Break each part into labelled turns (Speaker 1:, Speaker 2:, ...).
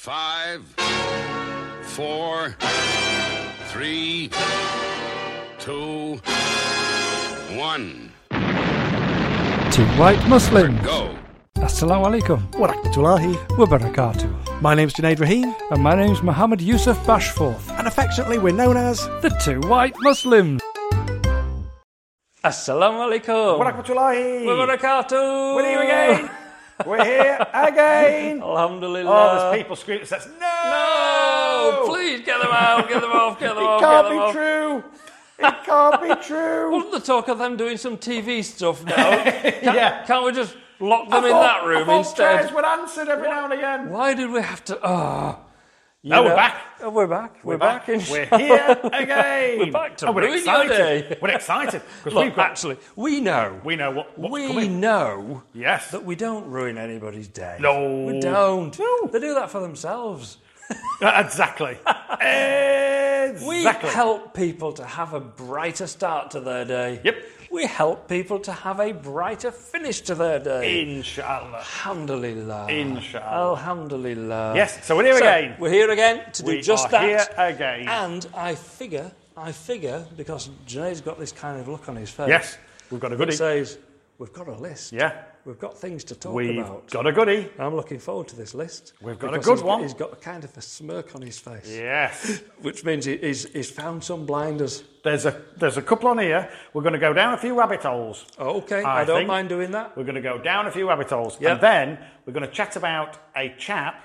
Speaker 1: Five, four, three, two, one.
Speaker 2: Two White Muslims.
Speaker 1: Go.
Speaker 2: Assalamu alaikum
Speaker 3: Warakmatullahi.
Speaker 2: wa barakatuh.
Speaker 3: My name's Junaid Rahim,
Speaker 2: And my name's Muhammad Yusuf Bashforth,
Speaker 3: and affectionately we're known as
Speaker 2: the Two White Muslims. Assalamu alaikum
Speaker 3: Warakmatullahi.
Speaker 2: wa barakatuh.
Speaker 3: We're here again. we're here again.
Speaker 2: Alhamdulillah.
Speaker 3: Oh, there's people screaming. That's no,
Speaker 2: Uh, No! Please get them out, get them off, get them off,
Speaker 3: It
Speaker 2: get
Speaker 3: can't
Speaker 2: them
Speaker 3: be
Speaker 2: off.
Speaker 3: true. It can't be true.
Speaker 2: Wasn't the talk of them doing some TV stuff now? Can't,
Speaker 3: Yeah.
Speaker 2: can't we just lock them
Speaker 3: I
Speaker 2: in
Speaker 3: thought-
Speaker 2: that room
Speaker 3: I thought
Speaker 2: instead?
Speaker 3: Prayers would answered every now and again.
Speaker 2: Why did we have to? Oh, you
Speaker 3: Now we're
Speaker 2: know-
Speaker 3: back.
Speaker 2: Oh, we're back. We're, back. in-
Speaker 3: We're here again.
Speaker 2: We're back to
Speaker 3: and we're
Speaker 2: ruin your
Speaker 3: excited.
Speaker 2: day.
Speaker 3: We're excited because
Speaker 2: Look,
Speaker 3: we've got.
Speaker 2: actually, we know.
Speaker 3: We know what, what's
Speaker 2: we
Speaker 3: coming.
Speaker 2: know
Speaker 3: Yes.
Speaker 2: that we don't ruin anybody's day.
Speaker 3: No.
Speaker 2: we don't.
Speaker 3: No.
Speaker 2: They do that for themselves.
Speaker 3: exactly.
Speaker 2: We
Speaker 3: exactly.
Speaker 2: help people to have a brighter start to their day.
Speaker 3: Yep.
Speaker 2: We help people to have a brighter finish to their day.
Speaker 3: Inshallah.
Speaker 2: Alhamdulillah.
Speaker 3: Inshallah.
Speaker 2: Alhamdulillah.
Speaker 3: Yes, so we're here again.
Speaker 2: We're here again to do
Speaker 3: We
Speaker 2: just
Speaker 3: are
Speaker 2: that.
Speaker 3: here again.
Speaker 2: And I figure, I figure, because Janae's got this kind of look on his face.
Speaker 3: Yes, we've got a
Speaker 2: It
Speaker 3: goodie.
Speaker 2: says, we've got a list.
Speaker 3: Yeah.
Speaker 2: We've got things to talk
Speaker 3: We've
Speaker 2: about.
Speaker 3: got a goodie.
Speaker 2: I'm looking forward to this list.
Speaker 3: We've got a
Speaker 2: because
Speaker 3: good
Speaker 2: he's-
Speaker 3: one.
Speaker 2: He's got a kind of a smirk on his face,
Speaker 3: Yes.
Speaker 2: which means he- he's, he's found some blinders.
Speaker 3: There's a there's a couple on here. We're going to go down a few rabbit holes.
Speaker 2: Oh, Okay, I,
Speaker 3: I
Speaker 2: don't
Speaker 3: think-
Speaker 2: mind doing that.
Speaker 3: We're going to go down a few rabbit holes,
Speaker 2: Yeah.
Speaker 3: and then we're going to chat about a chap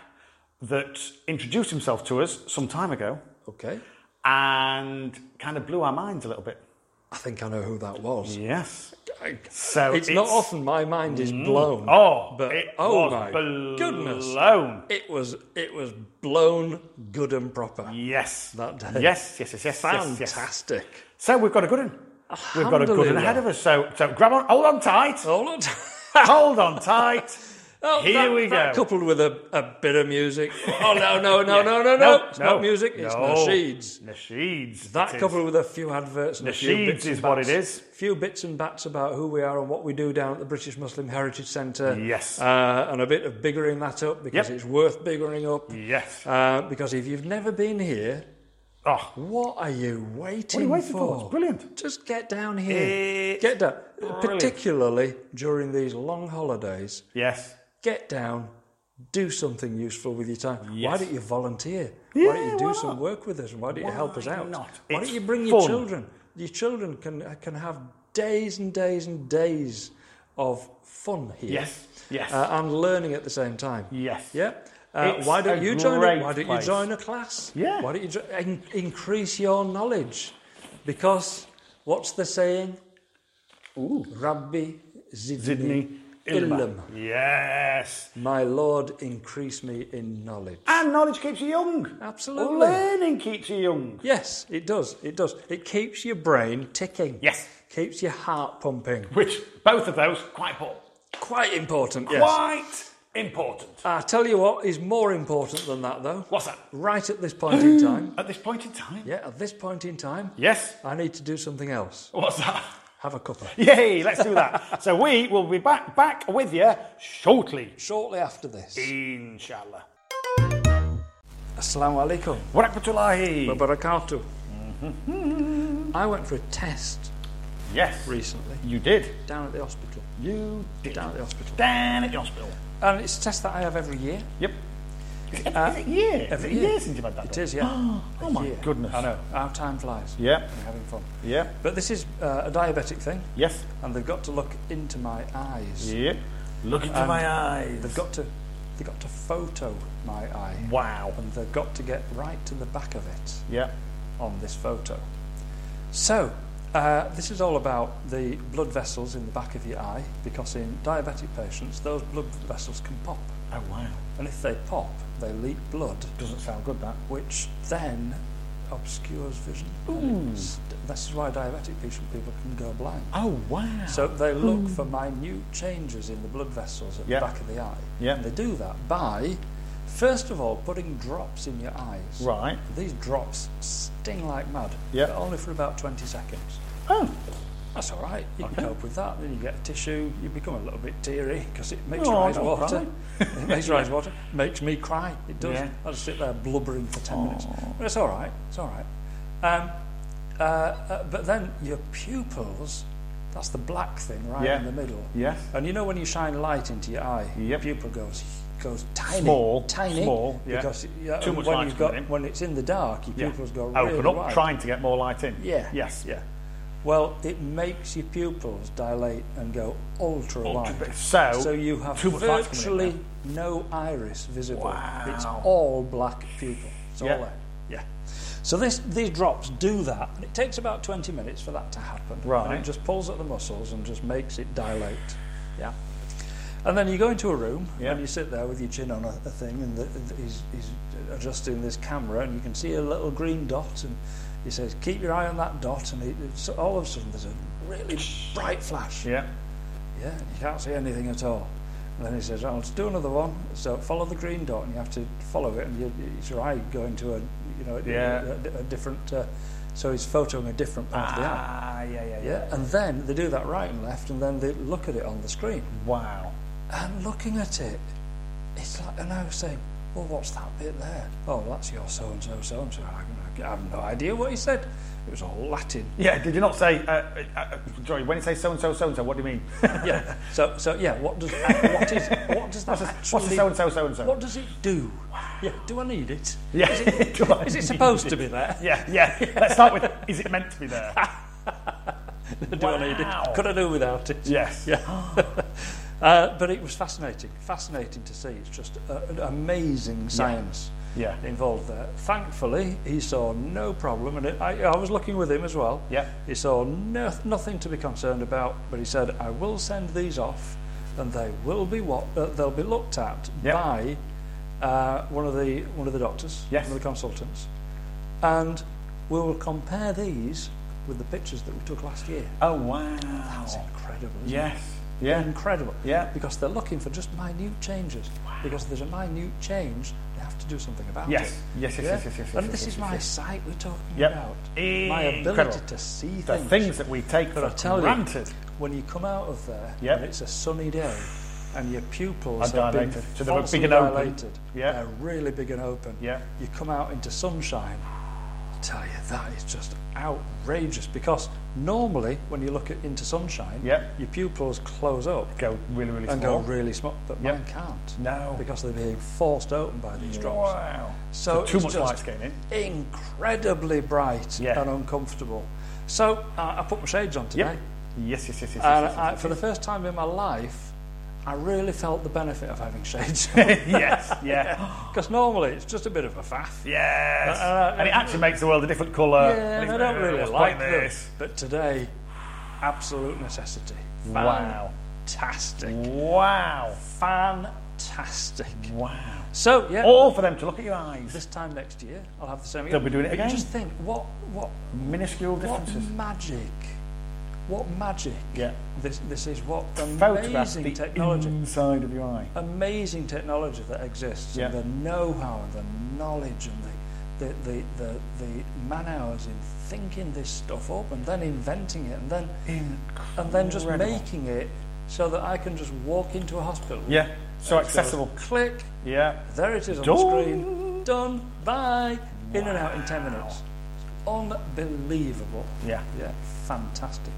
Speaker 3: that introduced himself to us some time ago
Speaker 2: Okay.
Speaker 3: and kind of blew our minds a little bit.
Speaker 2: I think I know who that was.
Speaker 3: Yes.
Speaker 2: I-
Speaker 3: So
Speaker 2: it's, not often my mind is blown.
Speaker 3: Oh,
Speaker 2: but
Speaker 3: it
Speaker 2: oh
Speaker 3: was
Speaker 2: my
Speaker 3: blown.
Speaker 2: goodness, it was it was blown good and proper.
Speaker 3: Yes.
Speaker 2: That day.
Speaker 3: Yes, yes, yes, yes. yes, yes.
Speaker 2: Fantastic.
Speaker 3: So we've got a good one. We've got a good one
Speaker 2: Alhamdulillah.
Speaker 3: ahead of us. So, so grab on, hold on tight.
Speaker 2: Hold on.
Speaker 3: Hold on tight.
Speaker 2: Oh,
Speaker 3: Here
Speaker 2: that-
Speaker 3: we
Speaker 2: that
Speaker 3: go.
Speaker 2: Coupled with a, a bit of music. Oh no no no no no no! It's not music. It's nasheeds.
Speaker 3: Nasheeds.
Speaker 2: That
Speaker 3: it is.
Speaker 2: coupled with a few adverts and a few
Speaker 3: Nasheeds
Speaker 2: bits and
Speaker 3: is what it
Speaker 2: bats-
Speaker 3: is.
Speaker 2: Few bits and bats about who we are and what we do down at the British Muslim Heritage Centre.
Speaker 3: Yes.
Speaker 2: Uh, and a bit of biggering that up because
Speaker 3: Yep.
Speaker 2: it's worth biggering up.
Speaker 3: Yes.
Speaker 2: Uh, because if you've never been here,
Speaker 3: oh,
Speaker 2: what are you waiting,
Speaker 3: waiting for? It's brilliant.
Speaker 2: Just get down here.
Speaker 3: It's
Speaker 2: get down.
Speaker 3: brilliant.
Speaker 2: Particularly during these long holidays,
Speaker 3: yes.
Speaker 2: get down, do something useful with your time. Why
Speaker 3: Yes.
Speaker 2: don't you volunteer?
Speaker 3: Yeah,
Speaker 2: why don't you do
Speaker 3: why
Speaker 2: some
Speaker 3: not?
Speaker 2: work with us? And why don't you help us
Speaker 3: Why
Speaker 2: out?
Speaker 3: not?
Speaker 2: Why
Speaker 3: It's
Speaker 2: don't you bring your
Speaker 3: fun.
Speaker 2: children? Your children can can have days and days and days of fun here.
Speaker 3: Yes. Yes.
Speaker 2: Uh, and learning at the same time.
Speaker 3: yes.
Speaker 2: Yeah. Uh,
Speaker 3: It's
Speaker 2: why don't
Speaker 3: a
Speaker 2: you join? A,
Speaker 3: great
Speaker 2: why don't
Speaker 3: place.
Speaker 2: you join a class?
Speaker 3: Yeah.
Speaker 2: Why don't you jo- in- increase your knowledge? Because what's the saying?
Speaker 3: Ooh.
Speaker 2: Rabbi zidni,
Speaker 3: Zidni
Speaker 2: ilm.
Speaker 3: Yes.
Speaker 2: My Lord, increase me in knowledge.
Speaker 3: And knowledge keeps you young.
Speaker 2: Absolutely.
Speaker 3: Learning keeps you young.
Speaker 2: Yes, it does. It does. It keeps your brain ticking.
Speaker 3: Yes.
Speaker 2: Keeps your heart pumping.
Speaker 3: Which, both of those, quite important.
Speaker 2: Quite important. Yes.
Speaker 3: Quite important.
Speaker 2: I tell you what is more important than that, though.
Speaker 3: What's that?
Speaker 2: Right at this point in time.
Speaker 3: At this point in time?
Speaker 2: Yeah, at this point in time.
Speaker 3: Yes.
Speaker 2: I need to do something else.
Speaker 3: What's that?
Speaker 2: Have a cuppa.
Speaker 3: Yay, let's do that. so we will be back back with you shortly.
Speaker 2: Shortly after this.
Speaker 3: Inshallah.
Speaker 2: Assalamu alaikum wa
Speaker 3: Warakmatullahi.
Speaker 2: barakatuh. I went for a test
Speaker 3: Yes.
Speaker 2: recently
Speaker 3: You did.
Speaker 2: down at the hospital.
Speaker 3: You did.
Speaker 2: Down at the hospital.
Speaker 3: Down at the hospital.
Speaker 2: And it's a test that I have every year.
Speaker 3: Yep. Is it, is it a year?
Speaker 2: every
Speaker 3: is it a
Speaker 2: year.
Speaker 3: year. since you've had that
Speaker 2: It
Speaker 3: done?
Speaker 2: is, yeah.
Speaker 3: Oh
Speaker 2: A
Speaker 3: my
Speaker 2: year.
Speaker 3: goodness.
Speaker 2: I know. Our time flies.
Speaker 3: Yeah.
Speaker 2: We're having fun.
Speaker 3: Yeah.
Speaker 2: But this is uh, a diabetic thing,
Speaker 3: Yes.
Speaker 2: and they've got to look into my eyes.
Speaker 3: Yeah. Look into my eyes.
Speaker 2: They've got to, they've got to photo my eye,
Speaker 3: Wow.
Speaker 2: and they've got to get right to the back of it.
Speaker 3: Yeah.
Speaker 2: on this photo. So, uh, this is all about the blood vessels in the back of your eye because in diabetic patients, those blood vessels can pop.
Speaker 3: Oh wow.
Speaker 2: And if they pop, they leak blood,
Speaker 3: Doesn't sound good that.
Speaker 2: which then obscures vision. And it's- This is why diabetic patient people can go blind.
Speaker 3: Oh wow.
Speaker 2: So they look for minute changes in the blood vessels at
Speaker 3: Yeah.
Speaker 2: the back of the eye.
Speaker 3: Yeah.
Speaker 2: And they do that by, first of all, putting drops in your eyes.
Speaker 3: right.
Speaker 2: These drops sting like mad.
Speaker 3: Yeah.
Speaker 2: But only for about 20 seconds.
Speaker 3: Oh.
Speaker 2: That's all right. You can cope with that. Then you get a tissue. You become a little bit teary because it makes
Speaker 3: Oh,
Speaker 2: your
Speaker 3: I
Speaker 2: eyes
Speaker 3: don't
Speaker 2: water. it makes your eyes water. Makes me cry. It does.
Speaker 3: Yeah.
Speaker 2: I just sit there blubbering for ten minutes. But it's all right. It's all right. Um, uh, uh, but then your pupils. That's the black thing right
Speaker 3: Yeah.
Speaker 2: in the middle.
Speaker 3: Yes.
Speaker 2: And you know when you shine light into your eye,
Speaker 3: Yep.
Speaker 2: your pupil goes goes tiny,
Speaker 3: Small,
Speaker 2: tiny.
Speaker 3: small, yeah.
Speaker 2: Because yeah,
Speaker 3: Too much
Speaker 2: when
Speaker 3: light's
Speaker 2: you've got
Speaker 3: coming in.
Speaker 2: when it's in the dark, your
Speaker 3: Yeah.
Speaker 2: pupils go
Speaker 3: I
Speaker 2: really
Speaker 3: open up,
Speaker 2: wide.
Speaker 3: trying to get more light in.
Speaker 2: Yeah.
Speaker 3: Yes. Yeah.
Speaker 2: Well, it makes your pupils dilate and go ultra wide.
Speaker 3: So,
Speaker 2: So you have
Speaker 3: too much light's coming in
Speaker 2: virtually no iris visible.
Speaker 3: Wow.
Speaker 2: It's all black pupil. It's
Speaker 3: Yeah.
Speaker 2: all there. Yeah. So this, these drops do that, and it takes about 20 minutes for that to happen. And
Speaker 3: Right.
Speaker 2: it just pulls at the muscles and just makes it dilate. Yeah. And then you go into a room
Speaker 3: Yeah.
Speaker 2: and you sit there with your chin on a, a thing, and the, the, he's, he's adjusting this camera, and you can see a little green dot, and he says, "Keep your eye on that dot." And he, so all of a sudden, there's a really bright flash.
Speaker 3: there. Yeah.
Speaker 2: Yeah, you can't see anything at all. And then he says, "I'll do another one." So follow the green dot, and you have to follow it, and you, it's your eye going to a, you know, a-
Speaker 3: Yeah.
Speaker 2: a, a different. Uh, so he's photoing a different part of the eye.
Speaker 3: Ah. Yeah. Yeah. Yeah.
Speaker 2: Yeah, and then they do that right and left, and then they look at it on the screen.
Speaker 3: Wow.
Speaker 2: And looking at it, it's like, and I was saying, well, what's that bit there? Oh, that's your so and so, so and so. I have no idea what he said. It was all Latin.
Speaker 3: Yeah. Did you not say? Uh, uh, uh, sorry. When you say so and so, so and so, what do you mean?
Speaker 2: Yeah. So, so yeah. What does what is what does that
Speaker 3: What's a- what's a
Speaker 2: actually?
Speaker 3: so-and-so, so-and-so?
Speaker 2: What does it do? Yeah. Do I need it?
Speaker 3: Yeah.
Speaker 2: Is it,
Speaker 3: Do I
Speaker 2: is
Speaker 3: need
Speaker 2: it supposed to be there?
Speaker 3: yeah. Yeah. Let's start with. Is it meant to be there?
Speaker 2: do I need
Speaker 3: Wow.
Speaker 2: it? Could I do without it?
Speaker 3: yes. Yeah.
Speaker 2: Uh, but it was fascinating, fascinating to see. It's just uh, an amazing science
Speaker 3: Yeah.
Speaker 2: involved there. Thankfully, he saw no problem, and it, I, I was looking with him as well.
Speaker 3: Yeah.
Speaker 2: He saw no, nothing to be concerned about, but he said, "I will send these off, and they will be what uh, they'll be looked at
Speaker 3: Yeah.
Speaker 2: by uh, one of the one of the doctors,
Speaker 3: Yes.
Speaker 2: one of the consultants, and we will compare these with the pictures that we took last year."
Speaker 3: Oh wow.
Speaker 2: That's incredible. Isn't it?
Speaker 3: Yes. Yeah.
Speaker 2: incredible.
Speaker 3: Yeah.
Speaker 2: Because they're looking for just minute changes. Because if there's a minute change, they have to do something about
Speaker 3: Yes.
Speaker 2: it.
Speaker 3: Yes, yes, yes, yes, yes, yes,
Speaker 2: And
Speaker 3: yes,
Speaker 2: this
Speaker 3: yes,
Speaker 2: is
Speaker 3: yes,
Speaker 2: my
Speaker 3: yes.
Speaker 2: sight we're talking
Speaker 3: Yep.
Speaker 2: about. My
Speaker 3: Incredible.
Speaker 2: ability to see things.
Speaker 3: The things that we take
Speaker 2: but I
Speaker 3: for
Speaker 2: tell
Speaker 3: granted
Speaker 2: you, when you come out of there
Speaker 3: Yep.
Speaker 2: and it's a sunny day and your pupils
Speaker 3: Are
Speaker 2: have been
Speaker 3: dilated. So they're
Speaker 2: falsely
Speaker 3: big and open.
Speaker 2: dilated,
Speaker 3: Yep.
Speaker 2: they're really big and open.
Speaker 3: Yep.
Speaker 2: You come out into sunshine. I tell you, that is just outrageous because normally when you look at, into sunshine,
Speaker 3: Yep.
Speaker 2: your pupils close up
Speaker 3: go really, really
Speaker 2: and
Speaker 3: small.
Speaker 2: go really small, but
Speaker 3: Yep.
Speaker 2: mine can't.
Speaker 3: No.
Speaker 2: Because they're being forced open by these drops.
Speaker 3: Wow.
Speaker 2: So
Speaker 3: too
Speaker 2: it's
Speaker 3: much
Speaker 2: just
Speaker 3: light's getting in.
Speaker 2: Incredibly bright
Speaker 3: Yeah.
Speaker 2: and uncomfortable. So uh, I put my shades on today,
Speaker 3: Yep. Yes, yes, yes, yes. yes,
Speaker 2: and
Speaker 3: yes,
Speaker 2: I,
Speaker 3: yes,
Speaker 2: for the first time in my life, I really felt the benefit of having shades
Speaker 3: yes, yeah,
Speaker 2: because normally it's just a bit of a faff.
Speaker 3: yes.
Speaker 2: Uh, uh,
Speaker 3: and it actually makes the world a different colour.
Speaker 2: Yeah, and
Speaker 3: And
Speaker 2: I
Speaker 3: it's-
Speaker 2: don't
Speaker 3: uh,
Speaker 2: really
Speaker 3: it's
Speaker 2: like
Speaker 3: this.
Speaker 2: this, but today, absolute necessity.
Speaker 3: Wow.
Speaker 2: Fantastic.
Speaker 3: Wow,
Speaker 2: Fantastic.
Speaker 3: wow.
Speaker 2: So yeah,
Speaker 3: All for them to look at your eyes.
Speaker 2: this time next year I'll have the same.
Speaker 3: They'll be doing it again.
Speaker 2: Just think, what, what,
Speaker 3: Minuscule
Speaker 2: what
Speaker 3: differences.
Speaker 2: magic? What magic?
Speaker 3: Yeah.
Speaker 2: This, this is what
Speaker 3: Photograph
Speaker 2: amazing
Speaker 3: the
Speaker 2: technology,
Speaker 3: inside of your eye.
Speaker 2: amazing technology that exists,
Speaker 3: Yeah.
Speaker 2: and the know-how, and the knowledge, and the the the, the, the man hours in thinking this stuff up, and then inventing it, and then and then just
Speaker 3: Incredible.
Speaker 2: making it so that I can just walk into a hospital.
Speaker 3: Yeah, so
Speaker 2: Just go,
Speaker 3: accessible.
Speaker 2: Click.
Speaker 3: Yeah.
Speaker 2: There it is on
Speaker 3: Done.
Speaker 2: the screen. Done. Bye. In and out in ten minutes. Unbelievable.
Speaker 3: Yeah.
Speaker 2: Yeah, fantastic.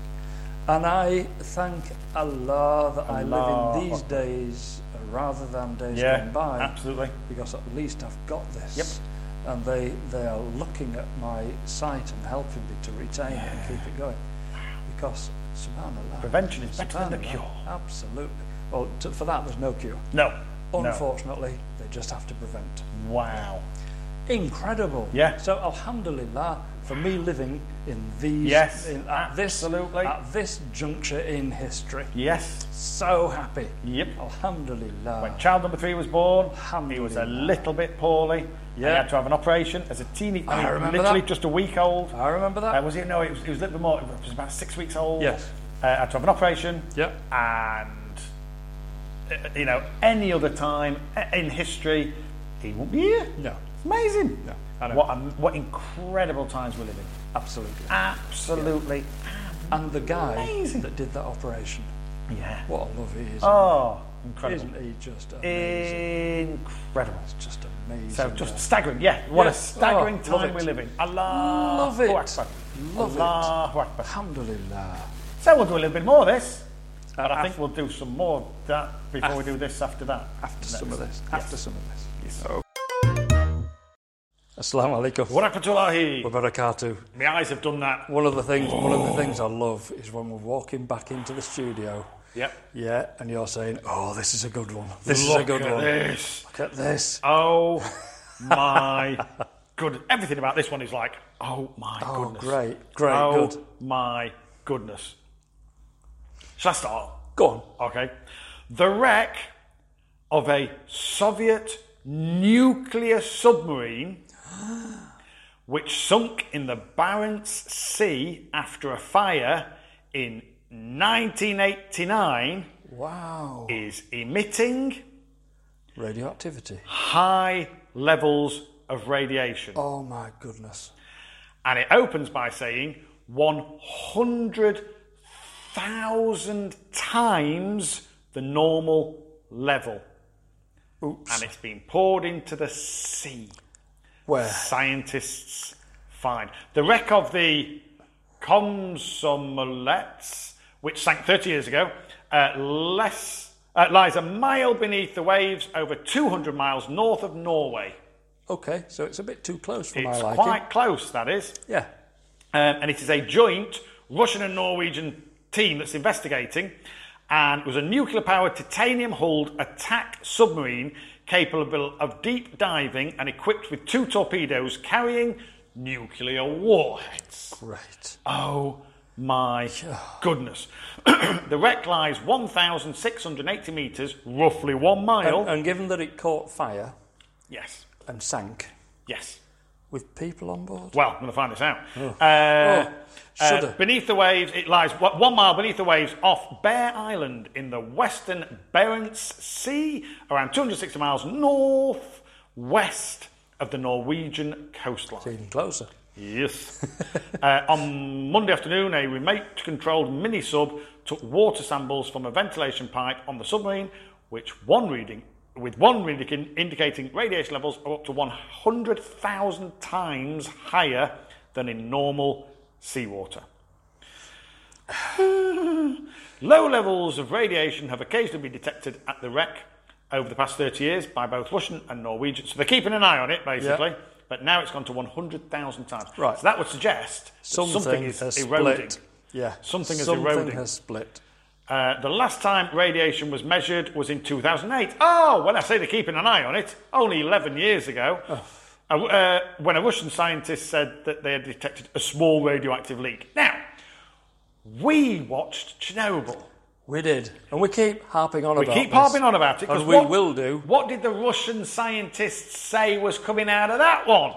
Speaker 2: And I thank Allah that I
Speaker 3: Allah
Speaker 2: live in these
Speaker 3: Akbar.
Speaker 2: days rather than days
Speaker 3: Yeah,
Speaker 2: gone by,
Speaker 3: absolutely.
Speaker 2: because at least I've got this. Yep. And they, they are looking at my site and helping me to retain it and keep it going. Because, subhanAllah.
Speaker 3: Prevention is better than the
Speaker 2: subhanallah,
Speaker 3: cure.
Speaker 2: Absolutely. Well, t- for that, there's no cure.
Speaker 3: No. No.
Speaker 2: Unfortunately, they just have to prevent.
Speaker 3: Wow.
Speaker 2: Incredible.
Speaker 3: Yeah.
Speaker 2: So alhamdulillah for me living in these
Speaker 3: Yes,
Speaker 2: in, at this
Speaker 3: absolutely.
Speaker 2: at this juncture in history.
Speaker 3: Yes.
Speaker 2: So happy.
Speaker 3: Yep.
Speaker 2: Alhamdulillah.
Speaker 3: When child number three was born, he was a
Speaker 2: Alhamdulillah.
Speaker 3: little bit poorly. He
Speaker 2: Yeah.
Speaker 3: had to have an operation as a teeny, I
Speaker 2: I
Speaker 3: mean,
Speaker 2: remember
Speaker 3: literally
Speaker 2: that.
Speaker 3: just a week old.
Speaker 2: I remember that.
Speaker 3: Uh, was he? No, it was, it was a little bit more. It was about six weeks old.
Speaker 2: Yes.
Speaker 3: Uh, had to have an operation.
Speaker 2: Yep.
Speaker 3: And uh, you know, any other time uh, in history, he won't be here.
Speaker 2: No.
Speaker 3: It's amazing.
Speaker 2: I know.
Speaker 3: What um, what incredible times we're living.
Speaker 2: Absolutely.
Speaker 3: Absolutely
Speaker 2: and the guy
Speaker 3: Amazing.
Speaker 2: that did that operation.
Speaker 3: Yeah.
Speaker 2: What a love he is.
Speaker 3: Oh, incredible.
Speaker 2: Isn't he just amazing?
Speaker 3: Incredible.
Speaker 2: It's just amazing.
Speaker 3: So just
Speaker 2: guy.
Speaker 3: staggering, yeah. What
Speaker 2: Yeah.
Speaker 3: a staggering
Speaker 2: Oh, love
Speaker 3: time
Speaker 2: it.
Speaker 3: we live in. Allah
Speaker 2: Love it.
Speaker 3: Akbar.
Speaker 2: Love it.
Speaker 3: Allahu Akbar.
Speaker 2: Alhamdulillah.
Speaker 3: So we'll do a little bit more of this. But I
Speaker 2: Uh, af-
Speaker 3: think we'll do some more of that before we do this after that.
Speaker 2: After
Speaker 3: Next.
Speaker 2: some of this. After some of this.
Speaker 3: Yes.
Speaker 2: Assalamu alaikum.
Speaker 3: Wa rahmatullahi.
Speaker 2: Wa barakatuh.
Speaker 3: My eyes have done that.
Speaker 2: One of the things, one of the things I love is when we're walking back into the studio.
Speaker 3: Yep.
Speaker 2: Yeah, and you're saying, "Oh, this is a good one. This
Speaker 3: Look
Speaker 2: is a good
Speaker 3: at
Speaker 2: one.
Speaker 3: This.
Speaker 2: Look at this.
Speaker 3: Oh my good. Everything about this one is like, oh my
Speaker 2: Oh,
Speaker 3: goodness.
Speaker 2: great, great,
Speaker 3: oh
Speaker 2: good.
Speaker 3: my goodness. Shall I start?
Speaker 2: Go on.
Speaker 3: Okay. The wreck of a Soviet nuclear submarine which sunk in the Barents Sea after a fire in 1989
Speaker 2: Wow.
Speaker 3: is emitting
Speaker 2: Radioactivity.
Speaker 3: high levels of radiation.
Speaker 2: Oh my goodness.
Speaker 3: And it opens by saying 100,000 times the normal level.
Speaker 2: Oops.
Speaker 3: And it's been poured into the sea.
Speaker 2: Where?
Speaker 3: Scientists find. The wreck of the Komsomolets, which sank 30 years ago, uh, less, uh, lies a mile beneath the waves over 200 miles north of Norway.
Speaker 2: Okay, so it's a bit too close for my
Speaker 3: It's
Speaker 2: liking.
Speaker 3: quite close, that is.
Speaker 2: Yeah.
Speaker 3: Um, and it is a joint Russian and Norwegian team that's investigating. And it was a nuclear powered titanium hulled attack submarine capable of deep diving and equipped with two torpedoes carrying nuclear warheads.
Speaker 2: Great.
Speaker 3: Oh my goodness. the wreck lies 1,680 metres, roughly one mile.
Speaker 2: And, uh, and given that it caught fire
Speaker 3: yes,
Speaker 2: and sank
Speaker 3: yes.
Speaker 2: with people on board.
Speaker 3: Well, I'm going to find this out.
Speaker 2: Oh,
Speaker 3: Uh, uh,
Speaker 2: shudder.
Speaker 3: beneath the waves, it lies wa- one mile beneath the waves off Bear Island in the western Barents Sea, around 260 miles north west of the Norwegian coastline.
Speaker 2: Even closer.
Speaker 3: Yes. uh, on Monday afternoon, a remote controlled mini sub took water samples from a ventilation pipe on the submarine, which one reading with one reading in- indicating radiation levels are up to 100,000 times higher than in normal seawater. Low levels of radiation have occasionally been detected at the wreck over the past 30 years by both Russian and Norwegian. So they're keeping an eye on it, basically. But now it's gone to 100,000 times.
Speaker 2: Right.
Speaker 3: So that would suggest that something, is
Speaker 2: has
Speaker 3: eroding.
Speaker 2: split. Yeah.
Speaker 3: Something is
Speaker 2: Something
Speaker 3: eroding.
Speaker 2: has split.
Speaker 3: Uh, the last time radiation was measured was in 2008. Oh, when I say they're keeping an eye on it, only 11 years ago,
Speaker 2: Oh.
Speaker 3: uh, uh, when a Russian scientist said that they had detected a small radioactive leak. Now, we watched Chernobyl.
Speaker 2: We did. And we keep harping on
Speaker 3: We
Speaker 2: about
Speaker 3: keep
Speaker 2: this.
Speaker 3: harping on about it. 'cause
Speaker 2: And we
Speaker 3: what-
Speaker 2: will do.
Speaker 3: What did the Russian scientists say was coming out of that one?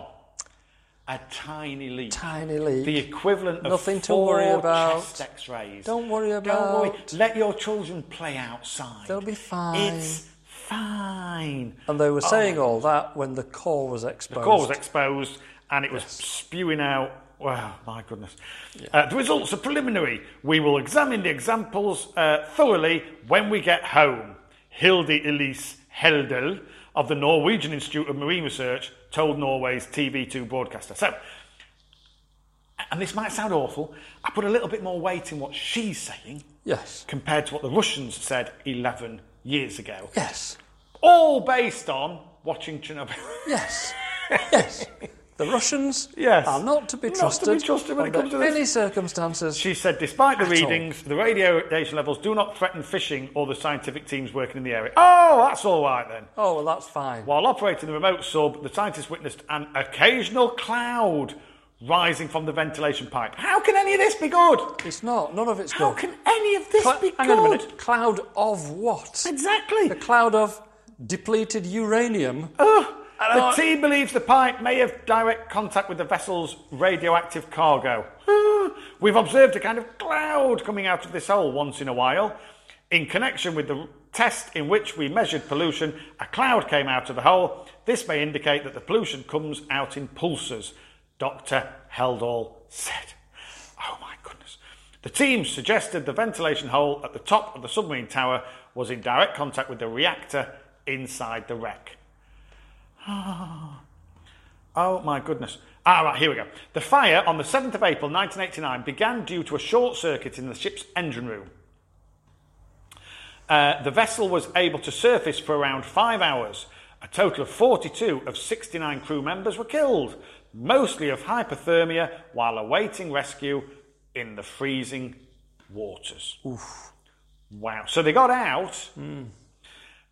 Speaker 3: A tiny leak.
Speaker 2: Tiny leak.
Speaker 3: The equivalent of
Speaker 2: Nothing to
Speaker 3: four
Speaker 2: worry about.
Speaker 3: chest X-rays.
Speaker 2: Don't worry
Speaker 3: Don't worry.
Speaker 2: about-
Speaker 3: Let your children play outside.
Speaker 2: They'll be fine.
Speaker 3: It's fine.
Speaker 2: And they were saying all that when the core was exposed.
Speaker 3: Oh. The core was exposed and it was spewing out. Wow, my goodness. Uh, the results are preliminary. We will examine the examples uh, thoroughly when we get home. Hilde Elise Heldel of the Norwegian Institute of Marine Research told Norway's TV2 broadcaster. So, and this might sound awful, I put a little bit more weight in what she's saying
Speaker 2: Yes.
Speaker 3: compared to what the Russians said 11 years ago.
Speaker 2: Yes.
Speaker 3: All based on watching Chernobyl.
Speaker 2: Yes. yes. The Russians
Speaker 3: Yes.
Speaker 2: are not to be
Speaker 3: Not to be
Speaker 2: trusted,
Speaker 3: trusted when it
Speaker 2: under
Speaker 3: comes to this.
Speaker 2: any circumstances.
Speaker 3: She said, despite the
Speaker 2: At all.
Speaker 3: readings, the radiation levels do not threaten fishing or the scientific teams working in the area. Oh, that's all right then.
Speaker 2: oh, well, that's fine.
Speaker 3: While operating the remote sub, the scientists witnessed an occasional cloud rising from the ventilation pipe. How can any of this be good?
Speaker 2: It's not. None of it's
Speaker 3: How
Speaker 2: good.
Speaker 3: can any of this
Speaker 2: Cla-
Speaker 3: be
Speaker 2: hang on a
Speaker 3: good?
Speaker 2: minute. Cloud of what?
Speaker 3: Exactly.
Speaker 2: A cloud of depleted uranium.
Speaker 3: Oh. The team believes the pipe may have direct contact with the vessel's radioactive cargo. Ah, We've observed a kind of cloud coming out of this hole once in a while. In connection with the test in which we measured pollution, a cloud came out of the hole. This may indicate that the pollution comes out in pulses, Dr. Heldall said. Oh my goodness. The team suggested the ventilation hole at the top of the submarine tower was in direct contact with the reactor inside the wreck. Oh my goodness. Ah, right, here we go. The fire on the 7th of April 1989 began due to a short circuit in the ship's engine room. Uh, the vessel was able to surface for around five hours. A total of 42 of 69 crew members were killed, mostly of hypothermia, while awaiting rescue in the freezing waters. Wow. So they got out.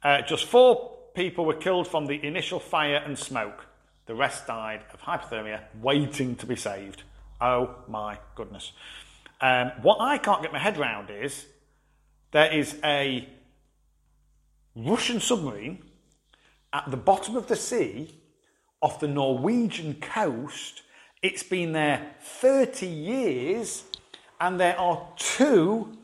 Speaker 3: Uh, just four people were killed from the initial fire and smoke. The rest died of hypothermia, waiting to be saved. Oh my goodness. Um, what I can't get my head round is there is a Russian submarine at the bottom of the sea off the Norwegian coast. It's been there 30 years, and there are two,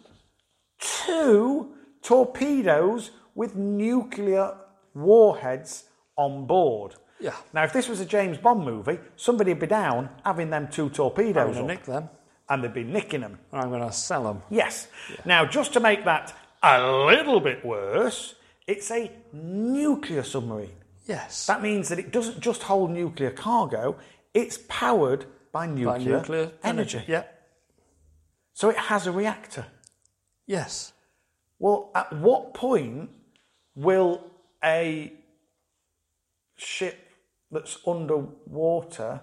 Speaker 3: two torpedoes with nuclear warheads on board.
Speaker 2: Yeah.
Speaker 3: Now, if this was a James Bond movie, somebody would be down having them two
Speaker 2: I'm
Speaker 3: torpedoes
Speaker 2: going
Speaker 3: up,
Speaker 2: to nick them
Speaker 3: and they'd be nicking them.
Speaker 2: and I'm going to sell them.
Speaker 3: Yes. Now, just to make that a little bit worse, it's a nuclear submarine.
Speaker 2: Yes.
Speaker 3: That means that it doesn't just hold nuclear cargo, it's powered by nuclear,
Speaker 2: By nuclear
Speaker 3: energy.
Speaker 2: Yeah.
Speaker 3: So it has a reactor.
Speaker 2: Yes.
Speaker 3: Well, at what point will a ship that's underwater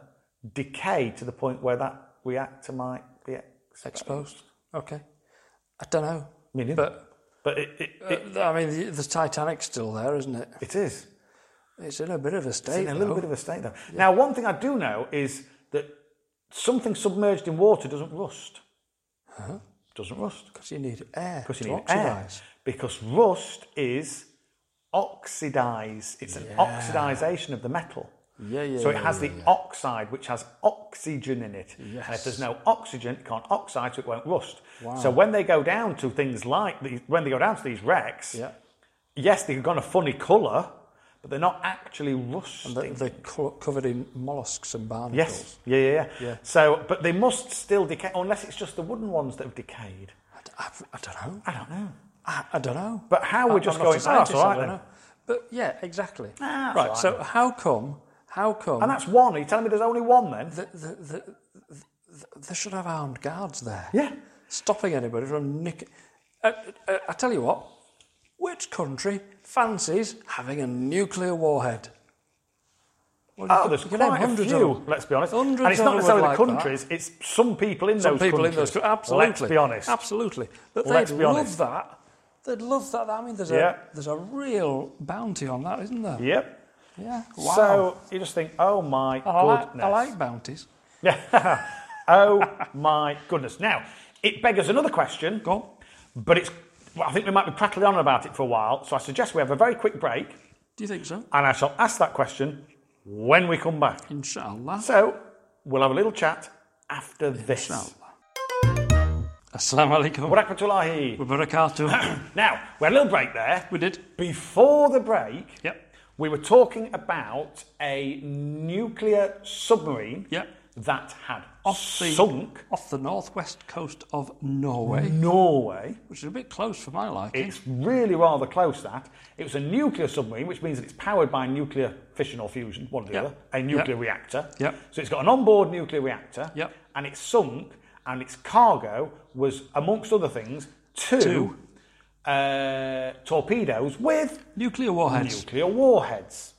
Speaker 3: decay to the point where that reactor might be exposed?
Speaker 2: Exposed. Okay. I don't know.
Speaker 3: Million.
Speaker 2: But
Speaker 3: But it, it, it,
Speaker 2: uh, I mean, the, the Titanic's still there, isn't it?
Speaker 3: it is.
Speaker 2: It's in a bit of a state.
Speaker 3: in a little
Speaker 2: though.
Speaker 3: bit of a state though. Now, one thing I do know is that something submerged in water doesn't rust. Doesn't rust
Speaker 2: Because you need air
Speaker 3: because
Speaker 2: Uh-huh. to
Speaker 3: you need air.
Speaker 2: oxidize.
Speaker 3: Because rust is oxidize. It's an oxidization of the metal.
Speaker 2: Yeah, yeah.
Speaker 3: So it
Speaker 2: yeah,
Speaker 3: has
Speaker 2: yeah,
Speaker 3: the
Speaker 2: yeah.
Speaker 3: oxide, which has oxygen in it. And if there's no oxygen, it can't oxide, so it won't rust. So when they go down to things like these, when they go down to these wrecks,
Speaker 2: Yeah.
Speaker 3: yes, they've gone a funny colour, but they're not actually rusting.
Speaker 2: They- They're co- covered in mollusks and barnacles.
Speaker 3: Yes. Yeah, yeah, yeah,
Speaker 2: Yeah.
Speaker 3: So, but they must still decay, unless it's just the wooden ones that have decayed.
Speaker 2: I, d- I've- I don't know.
Speaker 3: I don't know.
Speaker 2: I, I don't know.
Speaker 3: But how
Speaker 2: I-
Speaker 3: we're just
Speaker 2: I'm not
Speaker 3: going,
Speaker 2: a
Speaker 3: oh, that's
Speaker 2: scientist,
Speaker 3: all
Speaker 2: I
Speaker 3: right
Speaker 2: don't
Speaker 3: then.
Speaker 2: know. But yeah, exactly.
Speaker 3: Ah, that's all
Speaker 2: right.
Speaker 3: right
Speaker 2: So how come? How come?
Speaker 3: And that's one. Are you telling me there's only one then?
Speaker 2: the, the, the, the, they should have armed guards there.
Speaker 3: Yeah.
Speaker 2: Stopping anybody from nicking. Uh, uh, I tell you what, which country fancies having a nuclear warhead? Well, you
Speaker 3: Oh,
Speaker 2: could-
Speaker 3: there's
Speaker 2: you could name
Speaker 3: quite a
Speaker 2: hundreds of
Speaker 3: few,
Speaker 2: them.
Speaker 3: let's be honest.
Speaker 2: Hundreds
Speaker 3: and it's
Speaker 2: of
Speaker 3: not
Speaker 2: them
Speaker 3: necessarily
Speaker 2: like
Speaker 3: the
Speaker 2: that.
Speaker 3: countries, it's some people in
Speaker 2: Some
Speaker 3: those
Speaker 2: people in those
Speaker 3: countries.
Speaker 2: countries. Absolutely.
Speaker 3: Let's be honest.
Speaker 2: Absolutely. But
Speaker 3: Let's
Speaker 2: they'd
Speaker 3: be
Speaker 2: love
Speaker 3: honest.
Speaker 2: that. They'd love that. I mean, there's
Speaker 3: Yeah.
Speaker 2: a there's a real bounty on that, isn't there?
Speaker 3: Yep.
Speaker 2: Yeah. Wow.
Speaker 3: So you just think, oh my
Speaker 2: I like,
Speaker 3: goodness.
Speaker 2: I like bounties.
Speaker 3: Yeah. oh my goodness. Now, it beggars another question.
Speaker 2: Go on.
Speaker 3: But it's, well, I think we might be prattling on about it for a while, so I suggest we have a very quick break,
Speaker 2: Do you think so?
Speaker 3: and I shall ask that question when we come back.
Speaker 2: Inshallah.
Speaker 3: So, we'll have a little chat after this.
Speaker 2: Inshallah. Assalamu alaikum.
Speaker 3: Wa rahmatullahi.
Speaker 2: Wa barakatuh.
Speaker 3: Now, we had a little break there.
Speaker 2: we did.
Speaker 3: Before the break,
Speaker 2: Yep.
Speaker 3: we were talking about a nuclear submarine
Speaker 2: Yep.
Speaker 3: that had
Speaker 2: the-
Speaker 3: sunk
Speaker 2: Off the northwest coast of Norway,
Speaker 3: Norway.
Speaker 2: which is a bit close for my liking.
Speaker 3: It's really rather close that. It was a nuclear submarine, which means that it's powered by nuclear fission or fusion, one or the
Speaker 2: Yep.
Speaker 3: other, a nuclear reactor.
Speaker 2: Yep.
Speaker 3: So it's got an onboard nuclear reactor,
Speaker 2: Yep.
Speaker 3: and it sunk, and its cargo was, amongst other things, two,
Speaker 2: Two.
Speaker 3: Uh, torpedoes with
Speaker 2: Nuclear warheads.
Speaker 3: nuclear warheads.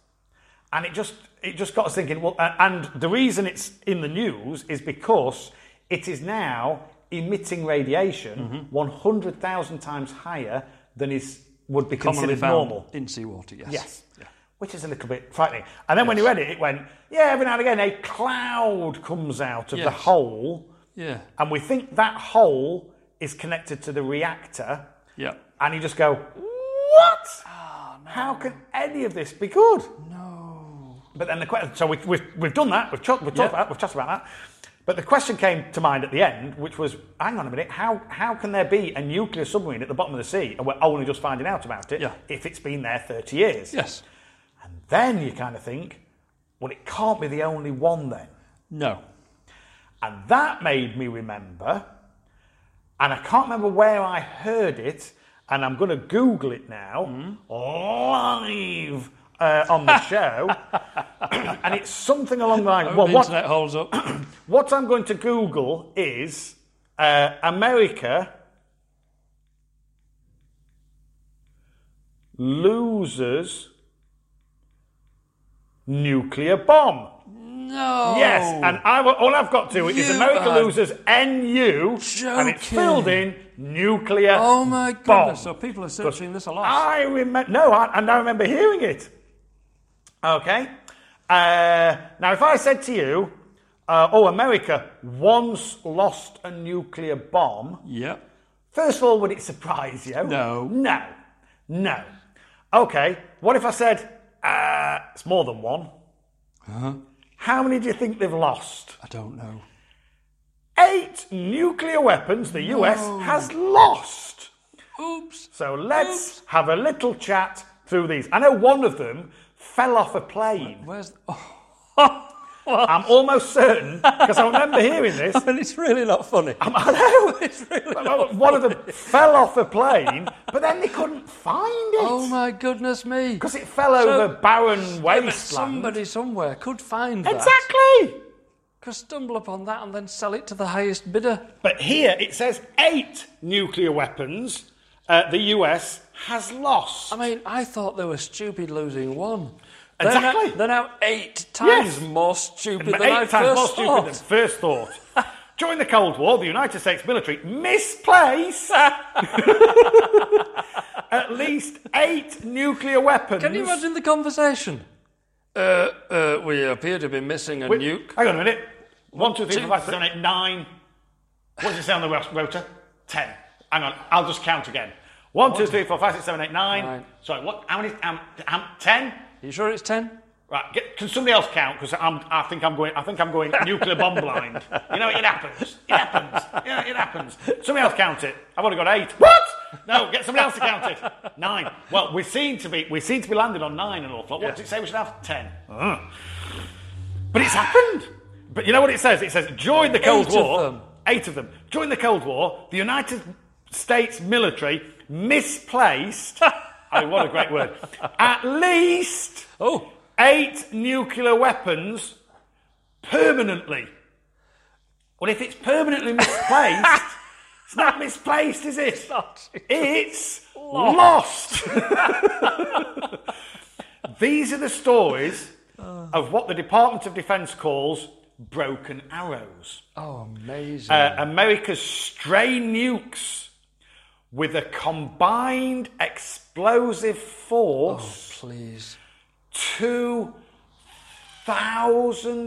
Speaker 3: And it just it just got us thinking. Well, a- and the reason it's in the news is because it is now emitting radiation 100,000 times higher than is would be
Speaker 2: commonly
Speaker 3: considered
Speaker 2: found
Speaker 3: normal.
Speaker 2: in seawater, yes.
Speaker 3: Yes. Which is a little bit frightening. And then when you read it, it went, yeah, every now and again a cloud comes out of the
Speaker 2: Yes.
Speaker 3: hole,
Speaker 2: Yeah.
Speaker 3: and we think that hole is connected to the reactor,
Speaker 2: Yeah.
Speaker 3: and you just go, what?
Speaker 2: Oh,
Speaker 3: How can any of this be good?
Speaker 2: No.
Speaker 3: But then the question, so we, we've, we've done that, we've, ch- we've talked
Speaker 2: Yeah.
Speaker 3: about that, we've chatted about that. But the question came to mind at the end, which was, hang on a minute, how, how can there be a nuclear submarine at the bottom of the sea and we're only just finding out about it
Speaker 2: Yeah.
Speaker 3: if it's been there 30 years?
Speaker 2: Yes.
Speaker 3: And then you kind of think, well, it can't be the only one then.
Speaker 2: No.
Speaker 3: And that made me remember and I can't remember where I heard it, and I'm going to Google it now, live uh, on the show, and it's something along the line. Well,
Speaker 2: the
Speaker 3: what,
Speaker 2: internet holds up.
Speaker 3: what I'm going to Google is uh, America loses nuclear bomb.
Speaker 2: no.
Speaker 3: Yes, and I, will- all I've got to is
Speaker 2: Oh. You
Speaker 3: America
Speaker 2: are
Speaker 3: loses NU, and it's
Speaker 2: joking.
Speaker 3: filled in nuclear.
Speaker 2: Oh my goodness!
Speaker 3: bomb. Ah.
Speaker 2: So people are searching this a lot.
Speaker 3: I remember. No, I, I now remember hearing it. Okay. Uh, now, if I said to you, uh, "Oh, America once lost a nuclear bomb,"
Speaker 2: Yep.
Speaker 3: first of all, would it surprise you?
Speaker 2: No.
Speaker 3: No. No. Okay. What if I said uh, it's more than one?
Speaker 2: Uh-huh.
Speaker 3: How many do you think they've lost?
Speaker 2: I don't know.
Speaker 3: Eight nuclear weapons the US has lost.
Speaker 2: Oops.
Speaker 3: So let's have a little chat through these. I know one of them fell off a plane.
Speaker 2: Where's? Oh,
Speaker 3: I'm almost certain because I remember hearing this.
Speaker 2: and it's really not funny.
Speaker 3: I know.
Speaker 2: it's really.
Speaker 3: One of them fell off a plane, but then they couldn't find
Speaker 2: Oh
Speaker 3: it
Speaker 2: my goodness me!
Speaker 3: because it fell over barren
Speaker 2: Yeah, but
Speaker 3: wasteland.
Speaker 2: Somebody somewhere could find that.
Speaker 3: Exactly.
Speaker 2: Could stumble upon that and then sell it to the highest bidder.
Speaker 3: But here it says eight nuclear weapons uh, the US has lost.
Speaker 2: I mean, I thought they were stupid losing one.
Speaker 3: Exactly.
Speaker 2: They're now, they're now eight times
Speaker 3: Yes.
Speaker 2: more stupid than
Speaker 3: Eight
Speaker 2: I
Speaker 3: times
Speaker 2: first
Speaker 3: more
Speaker 2: thought.
Speaker 3: stupid than first thought. During the Cold War, the United States military misplaced at least eight nuclear weapons.
Speaker 2: Can you imagine the conversation? Uh, uh, we appear to be missing a
Speaker 3: Wait,
Speaker 2: nuke.
Speaker 3: Hang on a minute. One, two, three,
Speaker 2: Two.
Speaker 3: four, five, six, seven, eight, nine. What does it say on the ro- rotor? Ten. Hang on, I'll just count again. One, two, three, four, five, six, seven, eight, nine.
Speaker 2: Nine.
Speaker 3: Sorry, what? How many? Um, um, ten.
Speaker 2: Are you sure it's ten?
Speaker 3: Right, get, can somebody else count? Because I think I'm going. I think I'm going nuclear bomb blind. You know, it happens. It happens. Yeah, it happens. Somebody else count it. I've only got eight. What? No, get somebody else to count it. Nine. Well, we seem to be we seem to be landed on nine an awful lot. What does it say we should have? Ten. Ugh. But it's happened. But you know what it says? It says during the Cold
Speaker 2: Eight of
Speaker 3: War,
Speaker 2: them.
Speaker 3: eight of them. During the Cold War, the United States military misplaced. I mean, what a great word. At least
Speaker 2: Oh,
Speaker 3: eight nuclear weapons permanently. Well, if it's permanently misplaced, it's not misplaced, is it?
Speaker 2: not.
Speaker 3: It's lost. These are the stories of what the Department of Defense calls broken arrows.
Speaker 2: oh, amazing!
Speaker 3: Uh, America's stray nukes with a combined explosive force
Speaker 2: Oh. Please,